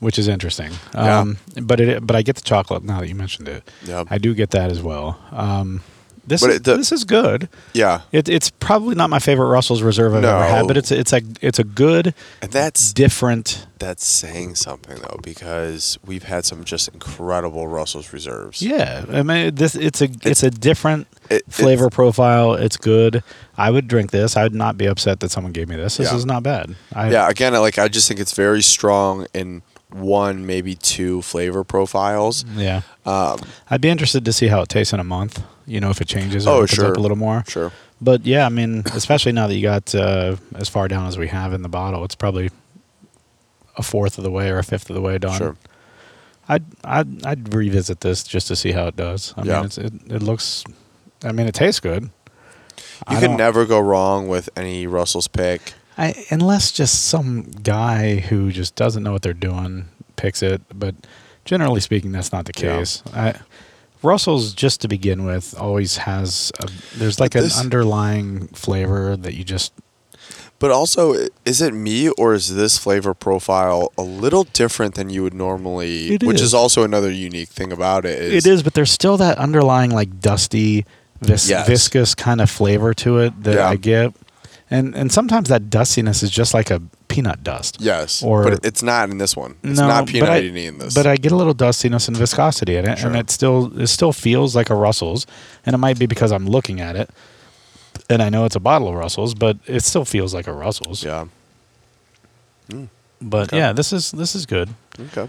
which is interesting. Yeah. Um, but it but I get the chocolate now that you mentioned it. Yeah. I do get that as well. Um, this But is, it- the- this is good. Yeah. It, it's probably not my favorite Russell's Reserve I've ever No. had, but it's it's a it's a good And that's different. that's saying something though because we've had some just incredible Russell's reserves. Yeah, I mean this it's a it's, a different It- flavor profile. It's good. I would drink this. I would not be upset that someone gave me this. This Yeah. is not bad. I, yeah again I- like i just think it's very strong in one maybe two flavor profiles yeah. um, I'd be interested to see how it tastes in a month. You know if it changes or Oh, opens sure. up a little more. sure But yeah, I mean, especially now that you got uh, as far down as we have in the bottle, it's probably a fourth of the way or a fifth of the way done. sure I'd, I'd I'd revisit this just to see how it does. I Yeah. mean, it's, it it looks. I mean, it tastes good. You you can never go wrong with any russell's pick I, unless just some guy who just doesn't know what they're doing picks it. But generally speaking, that's not the Yeah. case. I, Russell's just to begin with always has a, there's like an this- underlying flavor that you just but also i- is it me or is this flavor profile a little different than you would normally It which is. is also another unique thing about it is, It is, but there's still that underlying like dusty, vis- Yes. viscous kind of flavor to it that Yeah. I get, and and sometimes that dustiness is just like a peanut dust. yes Or- but it's not in this one it's not but peanut I- in this But I get a little dustiness and viscosity in it, Sure. and it still it still feels like a Russell's, and it might be because I'm looking at it, and I know it's a bottle of Russell's, but it still feels like a Russell's. yeah But Okay. yeah, this is this is good. okay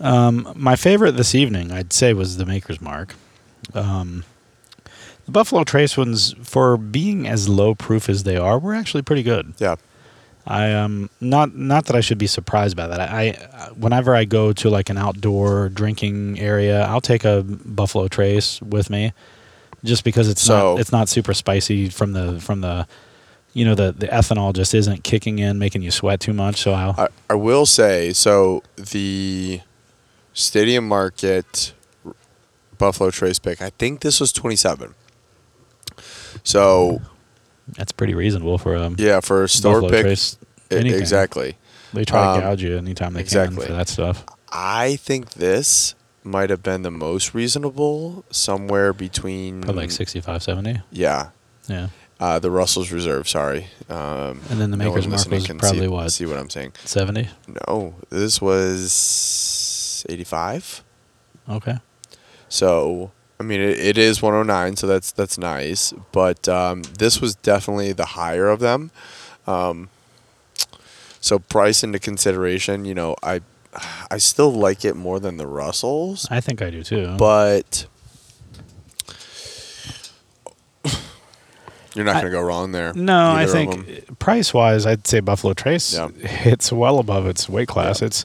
Um, my favorite this evening, I'd say, was the Maker's Mark. Um, the Buffalo Trace ones, for being as low proof as they are, were actually pretty good. yeah I um not not that I should be surprised by that. I, I whenever I go to like an outdoor drinking area, I'll take a Buffalo Trace with me, just because it's So- not it's not super spicy from the from the, you know the the ethanol just isn't kicking in, making you sweat too much. So I'll I, I will say so the stadium market buffalo trace pick i think this was 27 so that's pretty reasonable for um yeah for a store Buffalo pick Trace. i- anything. exactly They try Um, to gouge you anytime they exactly. can for that stuff. i think this might have been the most reasonable somewhere between Probably like 65, 70. Mm. yeah Yeah. uh, the russell's reserve sorry um, And then the Maker's one Mark listening was can probably see, what? see what i'm saying 70. no this was 85 Okay. So I mean, it, it is 109, so that's that's nice. But um, this was definitely the higher of them. Um, so price into consideration, you know, I I still like it more than the Russells, I think I do too. but you're Mm-hmm. not I- going to go wrong there. no, I either of them. think price wise, I'd say Buffalo Trace Yeah. hits well above its weight class. Yeah. It's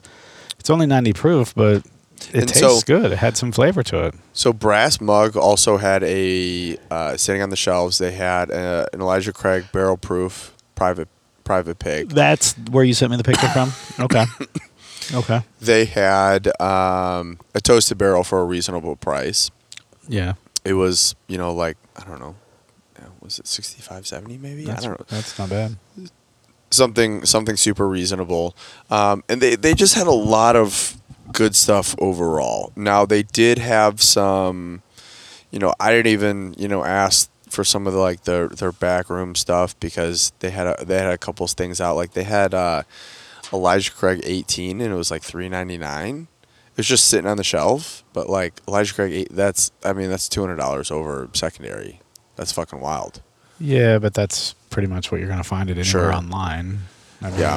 it's only 90 proof, but it And tastes so- good. It had some flavor to it. So Brass Mug also had a uh, sitting on the shelves. They had uh an Elijah Craig barrel proof private private pig. That's where you sent me the picture from? Okay. Okay. they had um, a toasted barrel for a reasonable price. Yeah. It was, you know, like, I don't know, uh, was it 65, 70 maybe? That's, I don't know. that's not bad. Something, something super reasonable. Um, and they, they just had a lot of good stuff overall. Now, they did have some, you know, I didn't even, you know, ask for some of the like their their backroom stuff because they had a they had a couple things out like they had uh Elijah Craig 18 and it was like 3.99 was just sitting on the shelf. But like Elijah Craig, eight, that's I mean that's two hundred dollars over secondary. That's fucking wild. Yeah, but that's pretty much what you're going to find it anywhere Sure. online. I mean, Yeah.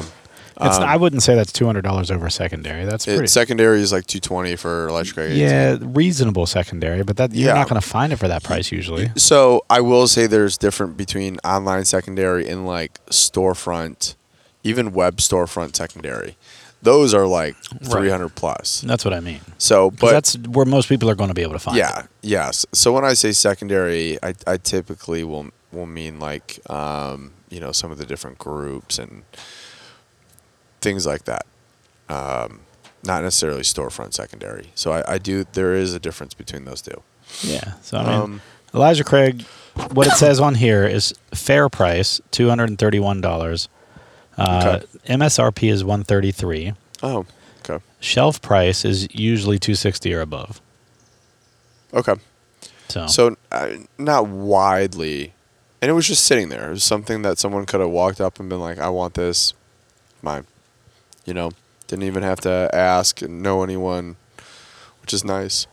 Um, It's, I wouldn't say that's two hundred dollars over secondary. That's It, pretty secondary is like two twenty for Elijah Craig. eight. yeah reasonable secondary, but that you're Yeah. not going to find it for that price usually. So I will say there's different between online secondary and like storefront, even web storefront secondary. Those are like three hundred plus. That's what I mean. Hmm. 'Cause So, but that's where most people are going to be able to find. yeah, it. yes. So when I say secondary, I, I typically will will mean like um, you know some of the different groups and things like that. Um, not necessarily storefront secondary. So I, I do. There is a difference between those two. yeah. So I mean, Um, Elijah Craig, what it says on here is fair price two hundred and thirty-one dollars. Uh, Okay. MSRP is one thirty-three. Oh, okay, Shelf price is usually two sixty or above. okay. So, So uh, not widely, and it was just sitting there. It was something that someone could have walked up and been like, "I want this, mine," you know. Didn't even have to ask and know anyone, which is nice.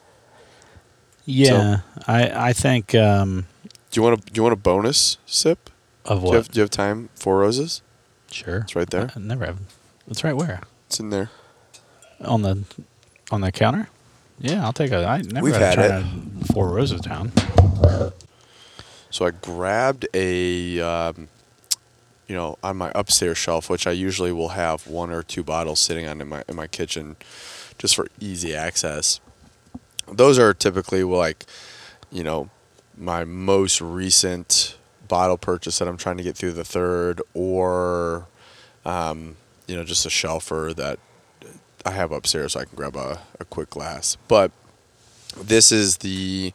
yeah, I I think um, Do you want a Do you want a bonus sip? of Do you, what Uh, have, do you have time? Four roses. sure It's right there. I never have. It's right where. It's in there. on the on the counter. Yeah, I'll take a. I never We've had, had a China Four Roses down. So I grabbed a, um, you know, on my upstairs shelf, which I usually will have one or two bottles sitting on in my in my kitchen, just for easy access. Those are typically like, you know, my most recent bottle purchase that I'm trying to get through the third, or, um, you know, just a shelfer that I have upstairs so I can grab a, a quick glass. But this is the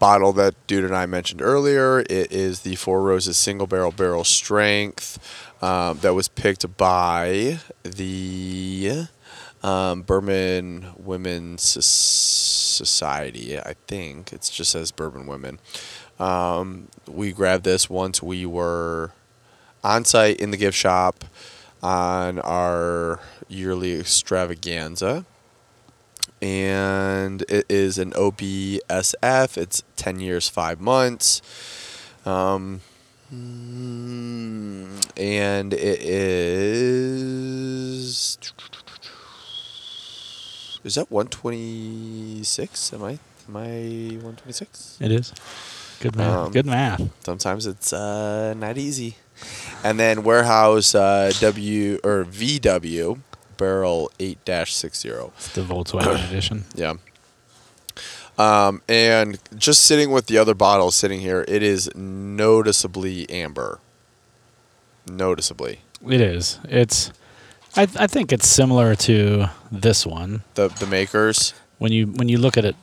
bottle that dude and I mentioned earlier. It is the Four Roses Single Barrel Barrel Strength um, that was picked by the um, Bourbon Women's Soc- Society. I think it just says Bourbon Women. Um, we grabbed this once we were on site in the gift shop on our yearly extravaganza and it is an OBSF. It's 10 years, 5 months. Um, mm, and it is. Is that 126? Am I? Am I 126? It is. Good math. Um, Good math. Sometimes it's uh, not easy. And then warehouse uh, W or VW barrel 8 60. It's the Volkswagen edition. Yeah. Um, and just sitting with the other bottle sitting here, it is noticeably amber. Noticeably. It is. It's. I I think it's similar to this one The the makers, when you when you look at it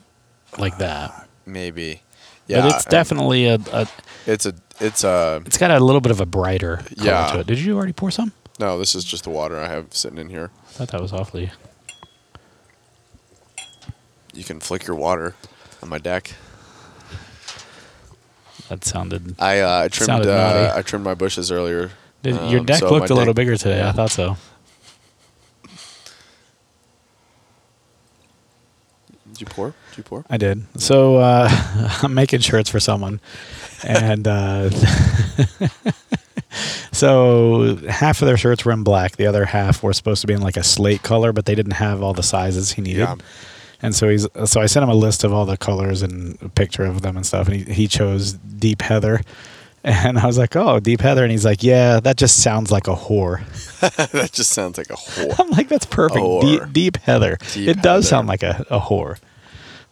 like that. maybe. Uh, Yeah. but it's um, definitely a, a. it's a it's a It's got a little bit of a brighter color Yeah. to it. Did you already pour some? no, this is just the water I have sitting in here. I thought that was awfully. You can flick your water on my deck. That sounded. I uh, I trimmed Sounded uh, naughty. I trimmed my bushes earlier. Did, Um, your deck so looked my a little deck- bigger today. I yeah. thought so. Did you pour? Did you pour? I did. So uh, I'm making shirts for someone, and uh, so half of their shirts were in black. The other half were supposed to be in like a slate color, but they didn't have all the sizes he needed. Yeah. And so he's so I sent him a list of all the colors and a picture of them and stuff, and he, he chose deep heather. And I was like, "Oh, deep heather," and he's like, "Yeah, that just sounds like a whore." that just sounds like a whore. I'm like, "That's perfect, Whore. deep, deep heather." Deep it does heather. sound like a, a whore.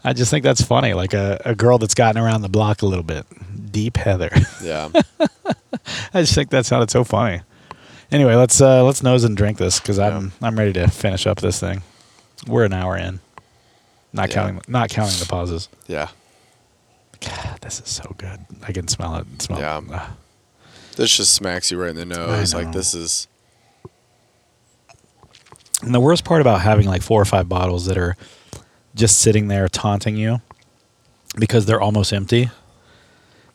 I just think that's funny, like a, a girl that's gotten around the block a little bit. Deep heather. yeah. I just think that sounded so funny. Anyway, let's uh, let's nose and drink this because I'm I'm ready to finish up this thing. We're an hour in, not Yeah. counting not counting the pauses. Yeah. God, this is so good. I can smell it. Smell. Yeah. It. Ah, This just smacks you right in the nose. Like know. this is And the worst part about having like four or five bottles that are just sitting there taunting you because they're almost empty,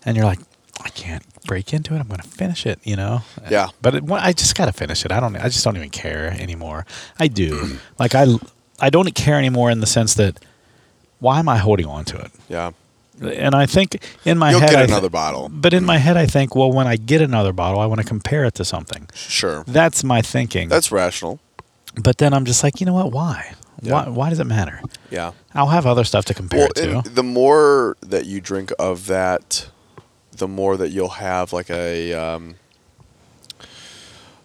and you're like, I can't break into it. I'm going to finish it. You know. Yeah. But it, I just got to finish it. I don't. I just don't even care anymore. I do. like I. I don't care anymore in the sense that why am I holding on to it? Yeah. And I think in my You'll head, get I thi- another Mm. bottle. But in my head, I think, well, when I get another bottle, I want to compare it to something. Sure. That's my thinking. That's rational. but then I'm just like, you know what? Why? Yeah. Why? Why does it matter? Yeah. I'll have other stuff to compare Well, it to. and the more that you drink of that, the more that you'll have like a um,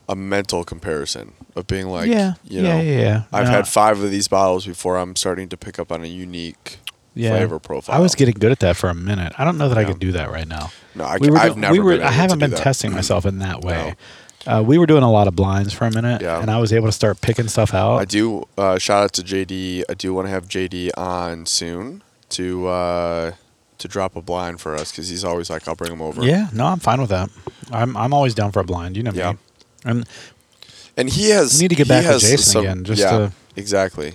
a mental comparison of being like, yeah. you yeah, know, yeah, yeah. I've No, had five of these bottles before. I'm starting to pick up on a unique yeah. flavor profile. I was getting good at that for a minute. I don't know that I Yeah. could do that right now. no. I, we were have do- never. we were- been I able to haven't do been that. testing myself in that way. Uh, we were doing a lot of blinds for a minute, Yeah. and I was able to start picking stuff out. I do. Uh, shout out to JD. I do want to have JD on soon to uh, to drop a blind for us because he's always like, I'll bring him over. Yeah, no, I'm fine with that. I'm I'm always down for a blind. You know me. Yeah. And And he has. We need to get he back with has Jason some- again, just yeah, to- exactly.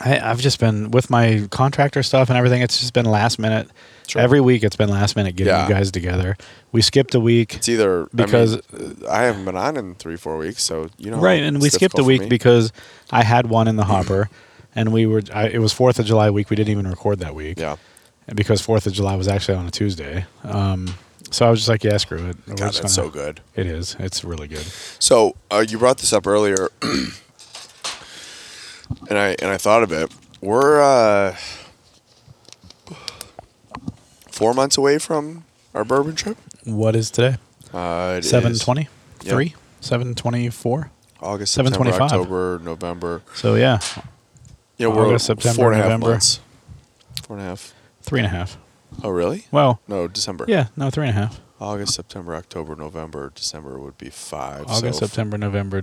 I, I've just been with my contractor stuff and everything. It's just been last minute. Sure. Every week, it's been last minute getting Yeah. you guys together. We skipped a week, It's either I mean, Because- uh, I haven't been on in three four weeks, so you know. right? And we it's skipped a difficult for week me. because I had one in the hopper, and we were. I, it was Fourth of July week. We didn't even record that week. yeah, because Fourth of July was actually on a Tuesday. Um, so I was just like, yeah, screw it. We're God, just that's gonna- so good. It is. It's really good. So uh, you brought this up earlier, and I and I thought of it. We're uh, four months away from our bourbon trip. What is today? Uh, it is Seven twenty Yep. three. Seven twenty four. August, September, 725. October, November. So yeah, Yeah, we're August, September, four and a half November. months. Four and a half. three and a half. Oh, really? Well, No, December. yeah, no, three and a half. August, September, October, November, December would be five. August, so f- September, November.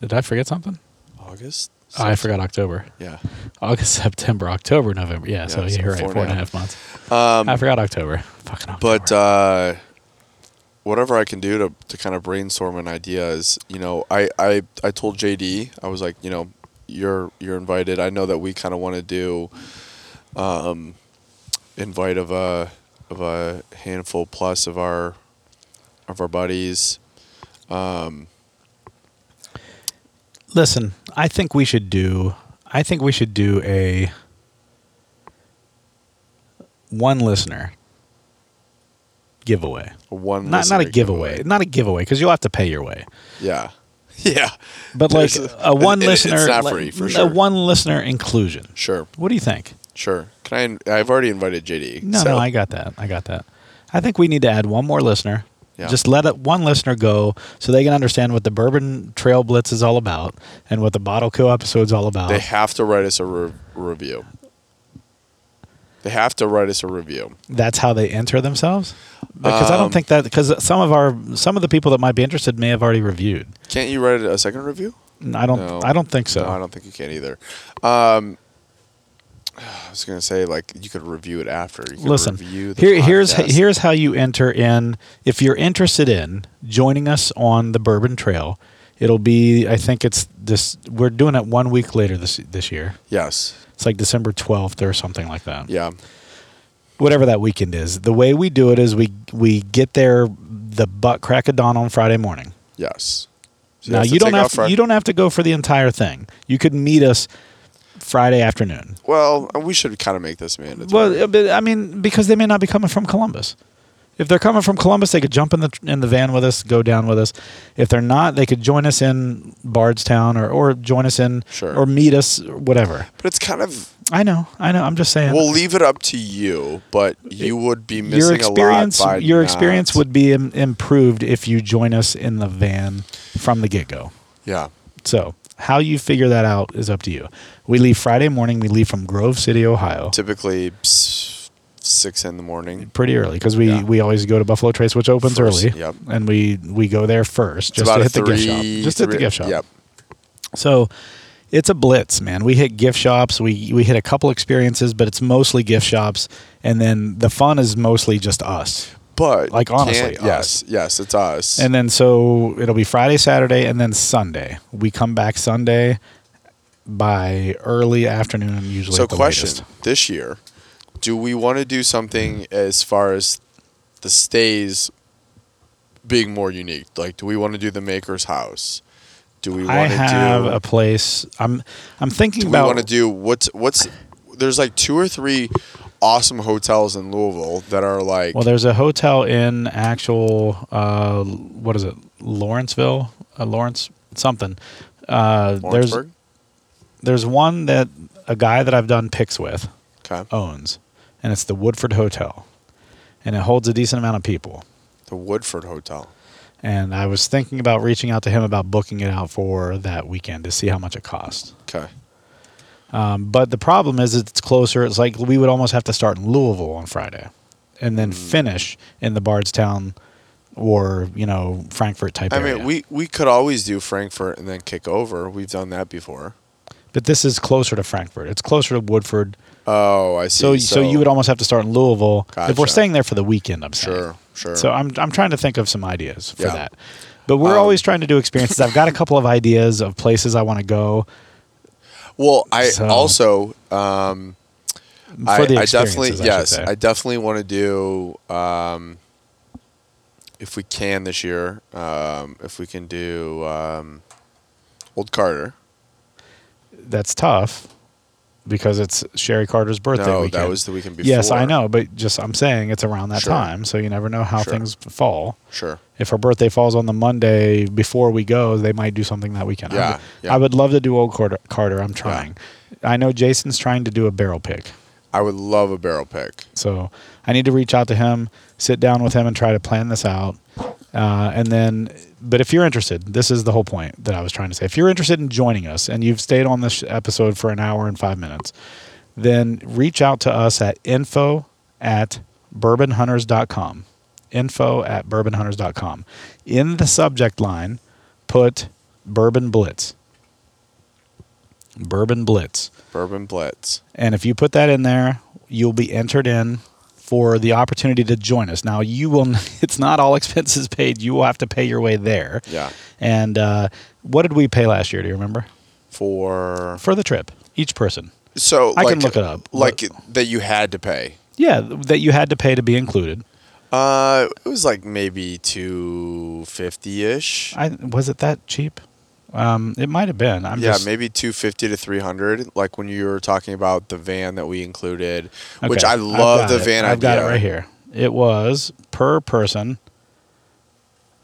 Did I forget something? August. I Sept- forgot October. Yeah. August, September, October, November. Yeah, so Yeah, you're so right. Four and a half months. Um, I forgot October. Fucking October. but uh, whatever I can do to, to kind of brainstorm an idea is, you know, I, I, I told JD, I was like, you know, you're you're invited. I know that we kind of want to do um, invite of a of a handful plus of our of our buddies. Listen, I think we should do. I think we should do a one listener giveaway. One Not not a listener giveaway. Not a giveaway because you'll have to pay your way. Yeah, yeah, But like There's a, one it- it- listener, It's not like, free a for sure. one listener inclusion. sure, What do you think? sure. Can I? I've already invited JD. No, so- no, I got that. I got that. I think we need to add one more listener. Yeah. Just let it, one listener go so they can understand what the Bourbon Trail Blitz is all about and what the Bottle Co episode's all about. They have to write us a re- review. They have to write us a review. That's how they enter themselves? Because I don't Um, think that because some of our some of the people that might be interested may have already reviewed. Can't you write a second review? I don't No. I don't think so. No, I don't think you can either. Um, I was gonna say like you could review it after. You could Listen, review the here, here's podcast. here's how you enter in. If you're interested in joining us on the Bourbon Trail, it'll be I think it's this. We're doing it one week later this this year. Yes. It's like December 12th or something like that. Yeah. Whatever that weekend is. The way we do it is we we get there the butt crack of dawn on Friday morning. Yes. So now have to you don't take have off Fri- to, you don't have to go for the entire thing. You could meet us Friday afternoon. Well, we should kind of make this mandatory. Well, uh, but, I mean, because they may not be coming from Columbus. If they're coming from Columbus, they could jump in the in the van with us, go down with us. If they're not, they could join us in Bardstown or or join us in Sure. or meet us, whatever. but it's kind of I know, I know. I'm just saying. we'll leave it up to you. But you would be missing your experience, a lot by your not- experience would be Im- improved if you join us in the van from the get go. yeah. So how you figure that out is up to you. We leave Friday morning. We leave from Grove City, Ohio. Typically s- six in the morning. pretty early because we, Yeah. we always go to Buffalo Trace, which opens First, early. yep. And we, we go there first It's just to a hit the gift shop. three- Just hit the three- gift shop. Yep. So it's a blitz, man. We hit gift shops. We, we hit a couple experiences, but it's mostly gift shops. And then the fun is mostly just us. But Like, honestly, can't- yes, yes, it's us. And then so it'll be Friday, Saturday, and then Sunday. We come back Sunday by early afternoon, usually. so, at the question latest. this year: Do we want to do something as far as the stays being more unique? Like, do we want to do the Maker's House? Do we I want to have do? a place. I'm I'm thinking we about. want to do what's what's? There's like two or three awesome hotels in Louisville that are like Well, there's a hotel in actual uh, what is it, Lawrenceville, uh, Lawrence something. Uh, there's Lawrenceburg. there's one that a guy that I've done picks with Okay, owns, and it's the Woodford Hotel, and it holds a decent amount of people. the Woodford Hotel. And I was thinking about reaching out to him about booking it out for that weekend to see how much it costs. Okay, Um, but the problem is it's closer. It's like we would almost have to start in Louisville on Friday and Hmm. then finish in the Bardstown or, you know, Frankfurt type I area. mean we we could always do Frankfurt and then kick over. We've done that before. but this is closer to Frankfurt. It's closer to Woodford. Oh, I see. So, so, you would almost have to start in Louisville. If we're Gotcha. staying there for the weekend, I'm saying. sure sure. So I'm I'm trying to think of some ideas for Yeah. that. But we're Um, always trying to do experiences. I've got a couple of ideas of places I want to go well, I so- also um, for the experiences. I, definitely should yes, say. I definitely want to do um, if we can this year. Um, if we can do um, Old Carter. That's tough because it's Sherry Carter's birthday no, weekend. that was the weekend before. Yes, I know, but just I'm saying it's around that Sure. time, so you never know how Sure. things fall. Sure. If her birthday falls on the Monday before we go, they might do something that weekend. I, Yeah, would, yeah. I would love to do Old Carter. Carter I'm trying. I know Jason's trying to do a barrel pick. I would love a barrel pick. So I need to reach out to him, sit down with him, and try to plan this out. Uh, and then, but if you're interested, this is the whole point that I was trying to say. If you're interested in joining us and you've stayed on this sh- episode for an hour and five minutes, then reach out to us at info at bourbonhunters.com. Info at bourbonhunters.com. In the subject line, put bourbon blitz. Bourbon blitz. Bourbon Blitz. And if you put that in there, you'll be entered in for the opportunity to join us. Now, you will, it's not all expenses paid. You will have to pay your way there. Yeah. And uh, what did we pay last year? Do you remember? For For the trip, each person. so I like, can look it up. Like that you had to pay. Yeah, that you had to pay to be included. Uh, it was like maybe two fifty ish. I Was it that cheap? Um, it might have been. I'm yeah, just, maybe 250 to 300, like when you were talking about the van that we included, which Okay, I I've love got the it. van I've idea. got it right here. It was per person.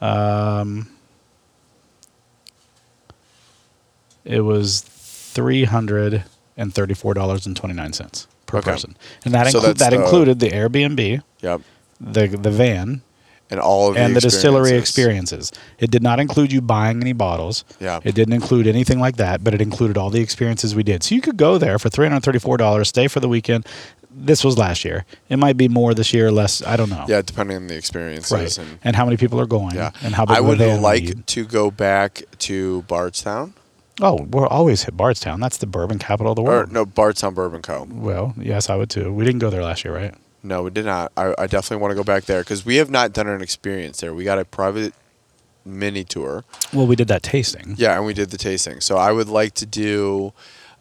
Um, it was three hundred and thirty-four dollars and twenty-nine cents per Okay. person, and that So inclu- that's that the- included the Airbnb, Yep. the the van, And all of and the, the distillery experiences. experiences. It did not include you buying any bottles. Yeah. It didn't include anything like that, but it included all the experiences we did. So you could go there for three hundred thirty-four dollars, stay for the weekend. This was last year. It might be more this year, less. I don't know. Yeah, depending on the experiences Right. and And how many people are going? yeah. And how big I of a would van we like need. to go back to Bardstown Oh, we're always hit Bardstown. That's the bourbon capital of the or world. no Bardstown Bourbon Co. Well, yes, I would too. We didn't go there last year, right? No, we did not. I, I definitely want to go back there because we have not done an experience there. We got a private mini tour. Well, we did that tasting. Yeah, and we did the tasting. So I would like to do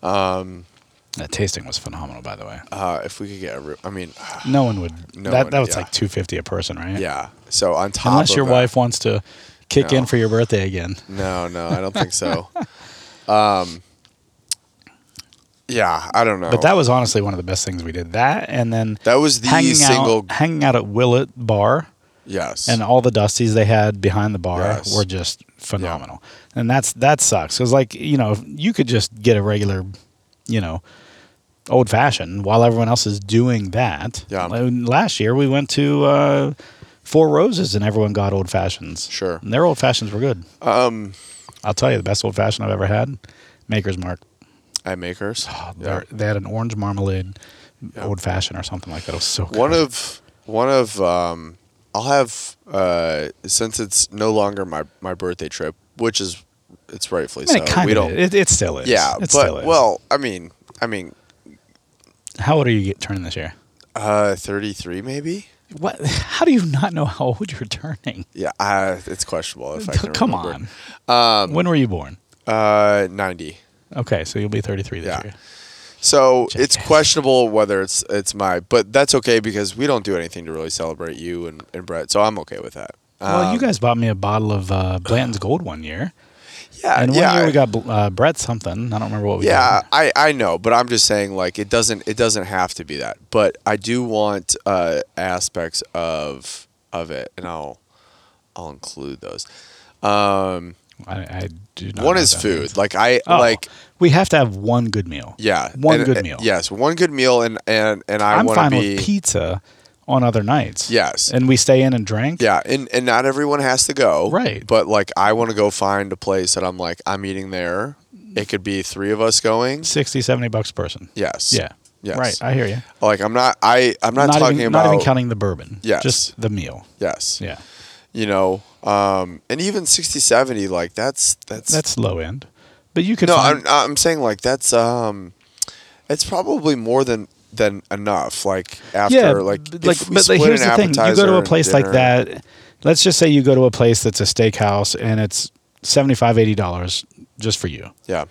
That tasting was phenomenal, by the way. uh, if we could get. Every, I mean, No one would. No that one- that was yeah. like two fifty a person, right? yeah. So on top Unless of your that- wife wants to kick in No. for your birthday again. No, no, I don't think so. Um, yeah, I don't know. But that was honestly one of the best things we did. That and then that was the hanging single out hanging out at Willett Bar yes. and uh, all the dusties they had behind the bar Yes. were just phenomenal. And that's that sucks because like you know you could just get a regular, you know, old fashioned while everyone else is doing that. Yeah. Like, Last year we went to uh, Four Roses and everyone got old fashions. Sure. And their old fashions were good. Um, I'll tell you the best old fashioned I've ever had, Maker's Mark. at Makers. Oh, Yeah. they're- They had an orange marmalade, Yeah. old fashioned or something like that. It was so good. One of one of um, I'll have uh, since it's no longer my my birthday trip, which is it's rightfully I mean, it so. kind We of don't. it, it still is. yeah, it but still is. well, I mean, I mean, how old are you get, turning this year? uh, thirty three maybe. What? How do you not know how old you're turning? Yeah, uh, it's questionable if I can Come remember. Um, on. when were you born? Uh, ninety. Okay, so you'll be 33 this Yeah. year. So it's Jackass. questionable whether it's it's my, but that's okay because we don't do anything to really celebrate you and, and Brett, so I'm okay with that. well, you Um, guys bought me a bottle of uh, Blanton's Gold uh, one year. Yeah, and one yeah. year we got bl- uh, Brett something. I don't remember what we yeah, got. I, I know, but I'm just saying like it doesn't it doesn't have to be that. But I do want uh, aspects of of it, and I'll I'll include those. Um, I, I do not one know is what that food. means. Like I Oh, like we have to have one good meal. yeah, one and- good and- meal. Yes, one good meal, and and and I I'm want fine to be with pizza on other nights. Yes. and we stay in and drink. yeah, and and not everyone has to go. Right. But like I want to go find a place that I'm like I'm eating there. It could be three of us going. 60, 70 bucks a person. Yes. Yeah. Yes. Right. I hear you. Like I'm not. I I'm not, talking even, about not even counting the bourbon. Yes. Just the meal. Yes. Yeah. you know um and even 60 70 like that's that's That's low end. But you could no find I'm, I'm saying like that's um it's probably more than than enough like after like b- if like we but like, split here's an the thing you go appetizer to a and place like dinner- that let's just say you go to a place that's a steakhouse and it's 75 80 dollars just for you yeah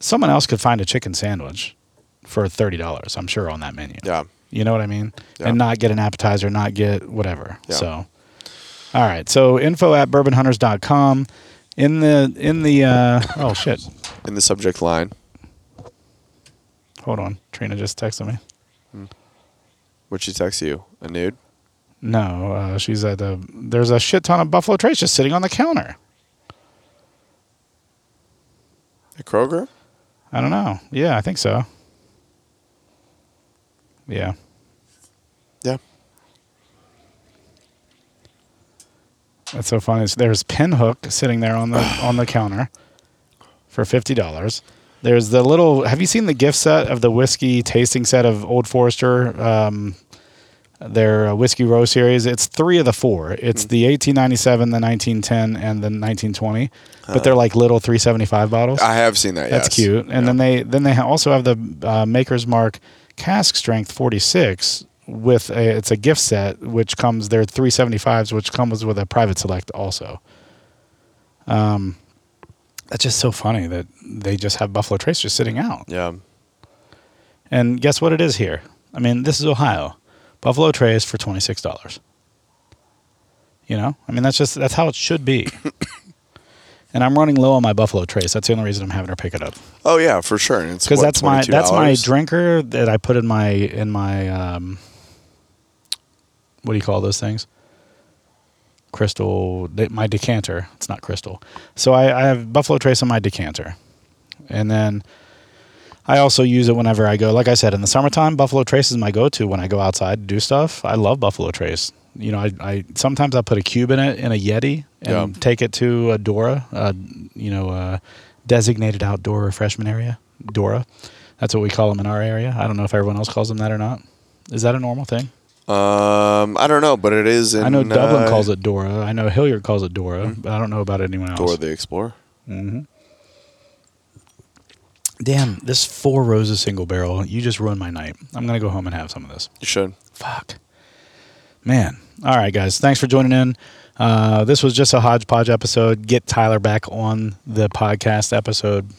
someone else could find a chicken sandwich for 30 dollars i'm sure on that menu yeah you know what i mean Yeah. and not get an appetizer not get whatever Yeah. so all right so info at bourbonhunters.com in the in the uh oh shit in the subject line hold on trina just texted me would she text you a nude No, uh, she's at the. There's a shit ton of Buffalo Trace just sitting on the counter. at kroger I don't know. Yeah, I think so. Yeah. yeah That's so funny. So There's Pinhook sitting there on the on the counter for fifty dollars. There's the little. Have you seen the gift set of the whiskey tasting set of Old Forester? Um, their uh, whiskey row series. It's three of the four. It's the 1897, the 1910, and the 1920. But they're like little 375 bottles. i have seen that That's yes. cute. And Yeah. then they then they ha- also have the uh, Maker's Mark cask strength 46 with a it's a gift set which comes their 375s which comes with a private select also. Um that's just so funny that they just have Buffalo Trace just sitting out. yeah And guess what it is here? I mean, this is Ohio. Buffalo Trace for $26. You know? I mean, that's just that's how it should be. and I'm running low on my Buffalo Trace. That's the only reason I'm having her pick it up oh yeah for sure and it's because what, that's my that's my $22? drinker that I put in my in my um, what do you call those things? Crystal, de- my decanter. It's not crystal. So I, I have Buffalo Trace in my decanter, and then I also use it whenever I go. Like I said, in the summertime, Buffalo Trace is my go-to when I go outside to do stuff. I love Buffalo Trace. You know, I, I sometimes I put a cube in it in a Yeti and Yeah. take it to a Dora, uh, you know, uh, designated outdoor refreshment area. Dora, that's what we call them in our area. I don't know if everyone else calls them that or not. Is that a normal thing? um i don't know but it is in, I know Dublin uh, calls it Dora. I know Hilliard calls it Dora, but I don't know about anyone else. Mm-hmm. dora the explorer Mm-hmm. Damn, this Four Roses single barrel. You just ruined my night. I'm gonna go home and have some of this. you should Fuck. Man. All right, guys. Thanks for joining in. Uh, this was just a hodgepodge episode. Get Tyler back on the podcast episode.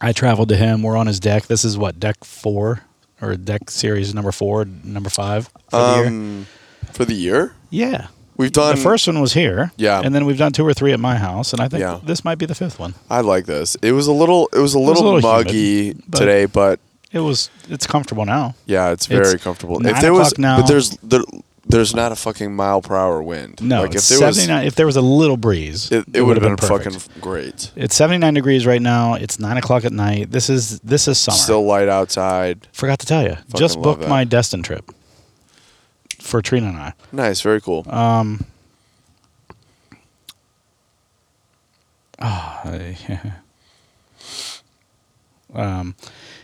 I traveled to him. We're on his deck. This is what, deck four or deck series number four, number five? For the year? um for the year Yeah. we've done the first one was here. Yeah. And then we've done two or three at my house. And I think Yeah. this might be the fifth one. I like this. It was a little. It was a was a little, little humid, muggy but- today, but It was, it's comfortable now. yeah, It's it's very comfortable. nine if there was, o'clock now. but there's there, there's not a fucking mile per hour wind. No, like it's if there was, 79. if there was a little breeze, it, it would have been, perfect. fucking great. It's 79 degrees right now. It's nine o'clock at night. This is this is summer. Still light outside. Forgot to tell you. Just love booked that. my Destin trip for Trina and I. Nice, very cool. um.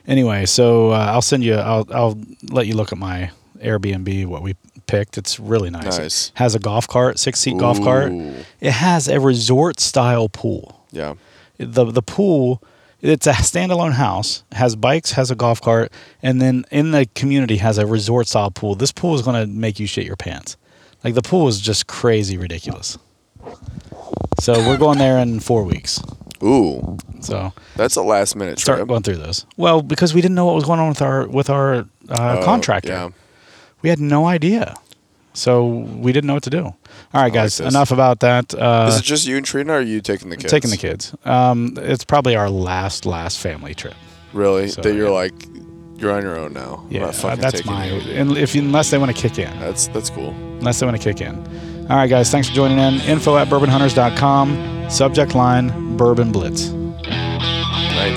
Anyway, so uh, I'll send you. I'll I'll let you look at my Airbnb. What we picked. It's really nice. Nice. It has a golf cart, six seat golf cart. Ooh. It has a resort style pool. yeah, the the pool it's a standalone house has bikes has a golf cart and then in the community has a resort style pool this pool is going to make you shit your pants like the pool is just crazy ridiculous so we're going there in four weeks ooh, so that's a last minute start trip. going through those well because we didn't know what was going on with our with our uh, Oh, contractor Yeah, we had no idea So we didn't know what to do. All right, guys, this. enough about that. Uh, Is it just you and Trina, or are you taking the kids? taking the kids. Um, it's probably our last, last family trip. Really? So, that you're yeah. like, you're on your own now. I'm Yeah, Uh, not fucking that's taking my. you. And if unless they want to kick in, That's that's cool. unless they want to kick in. All right, guys, thanks for joining in. Info at bourbonhunters.com. Subject line: Bourbon Blitz. Right.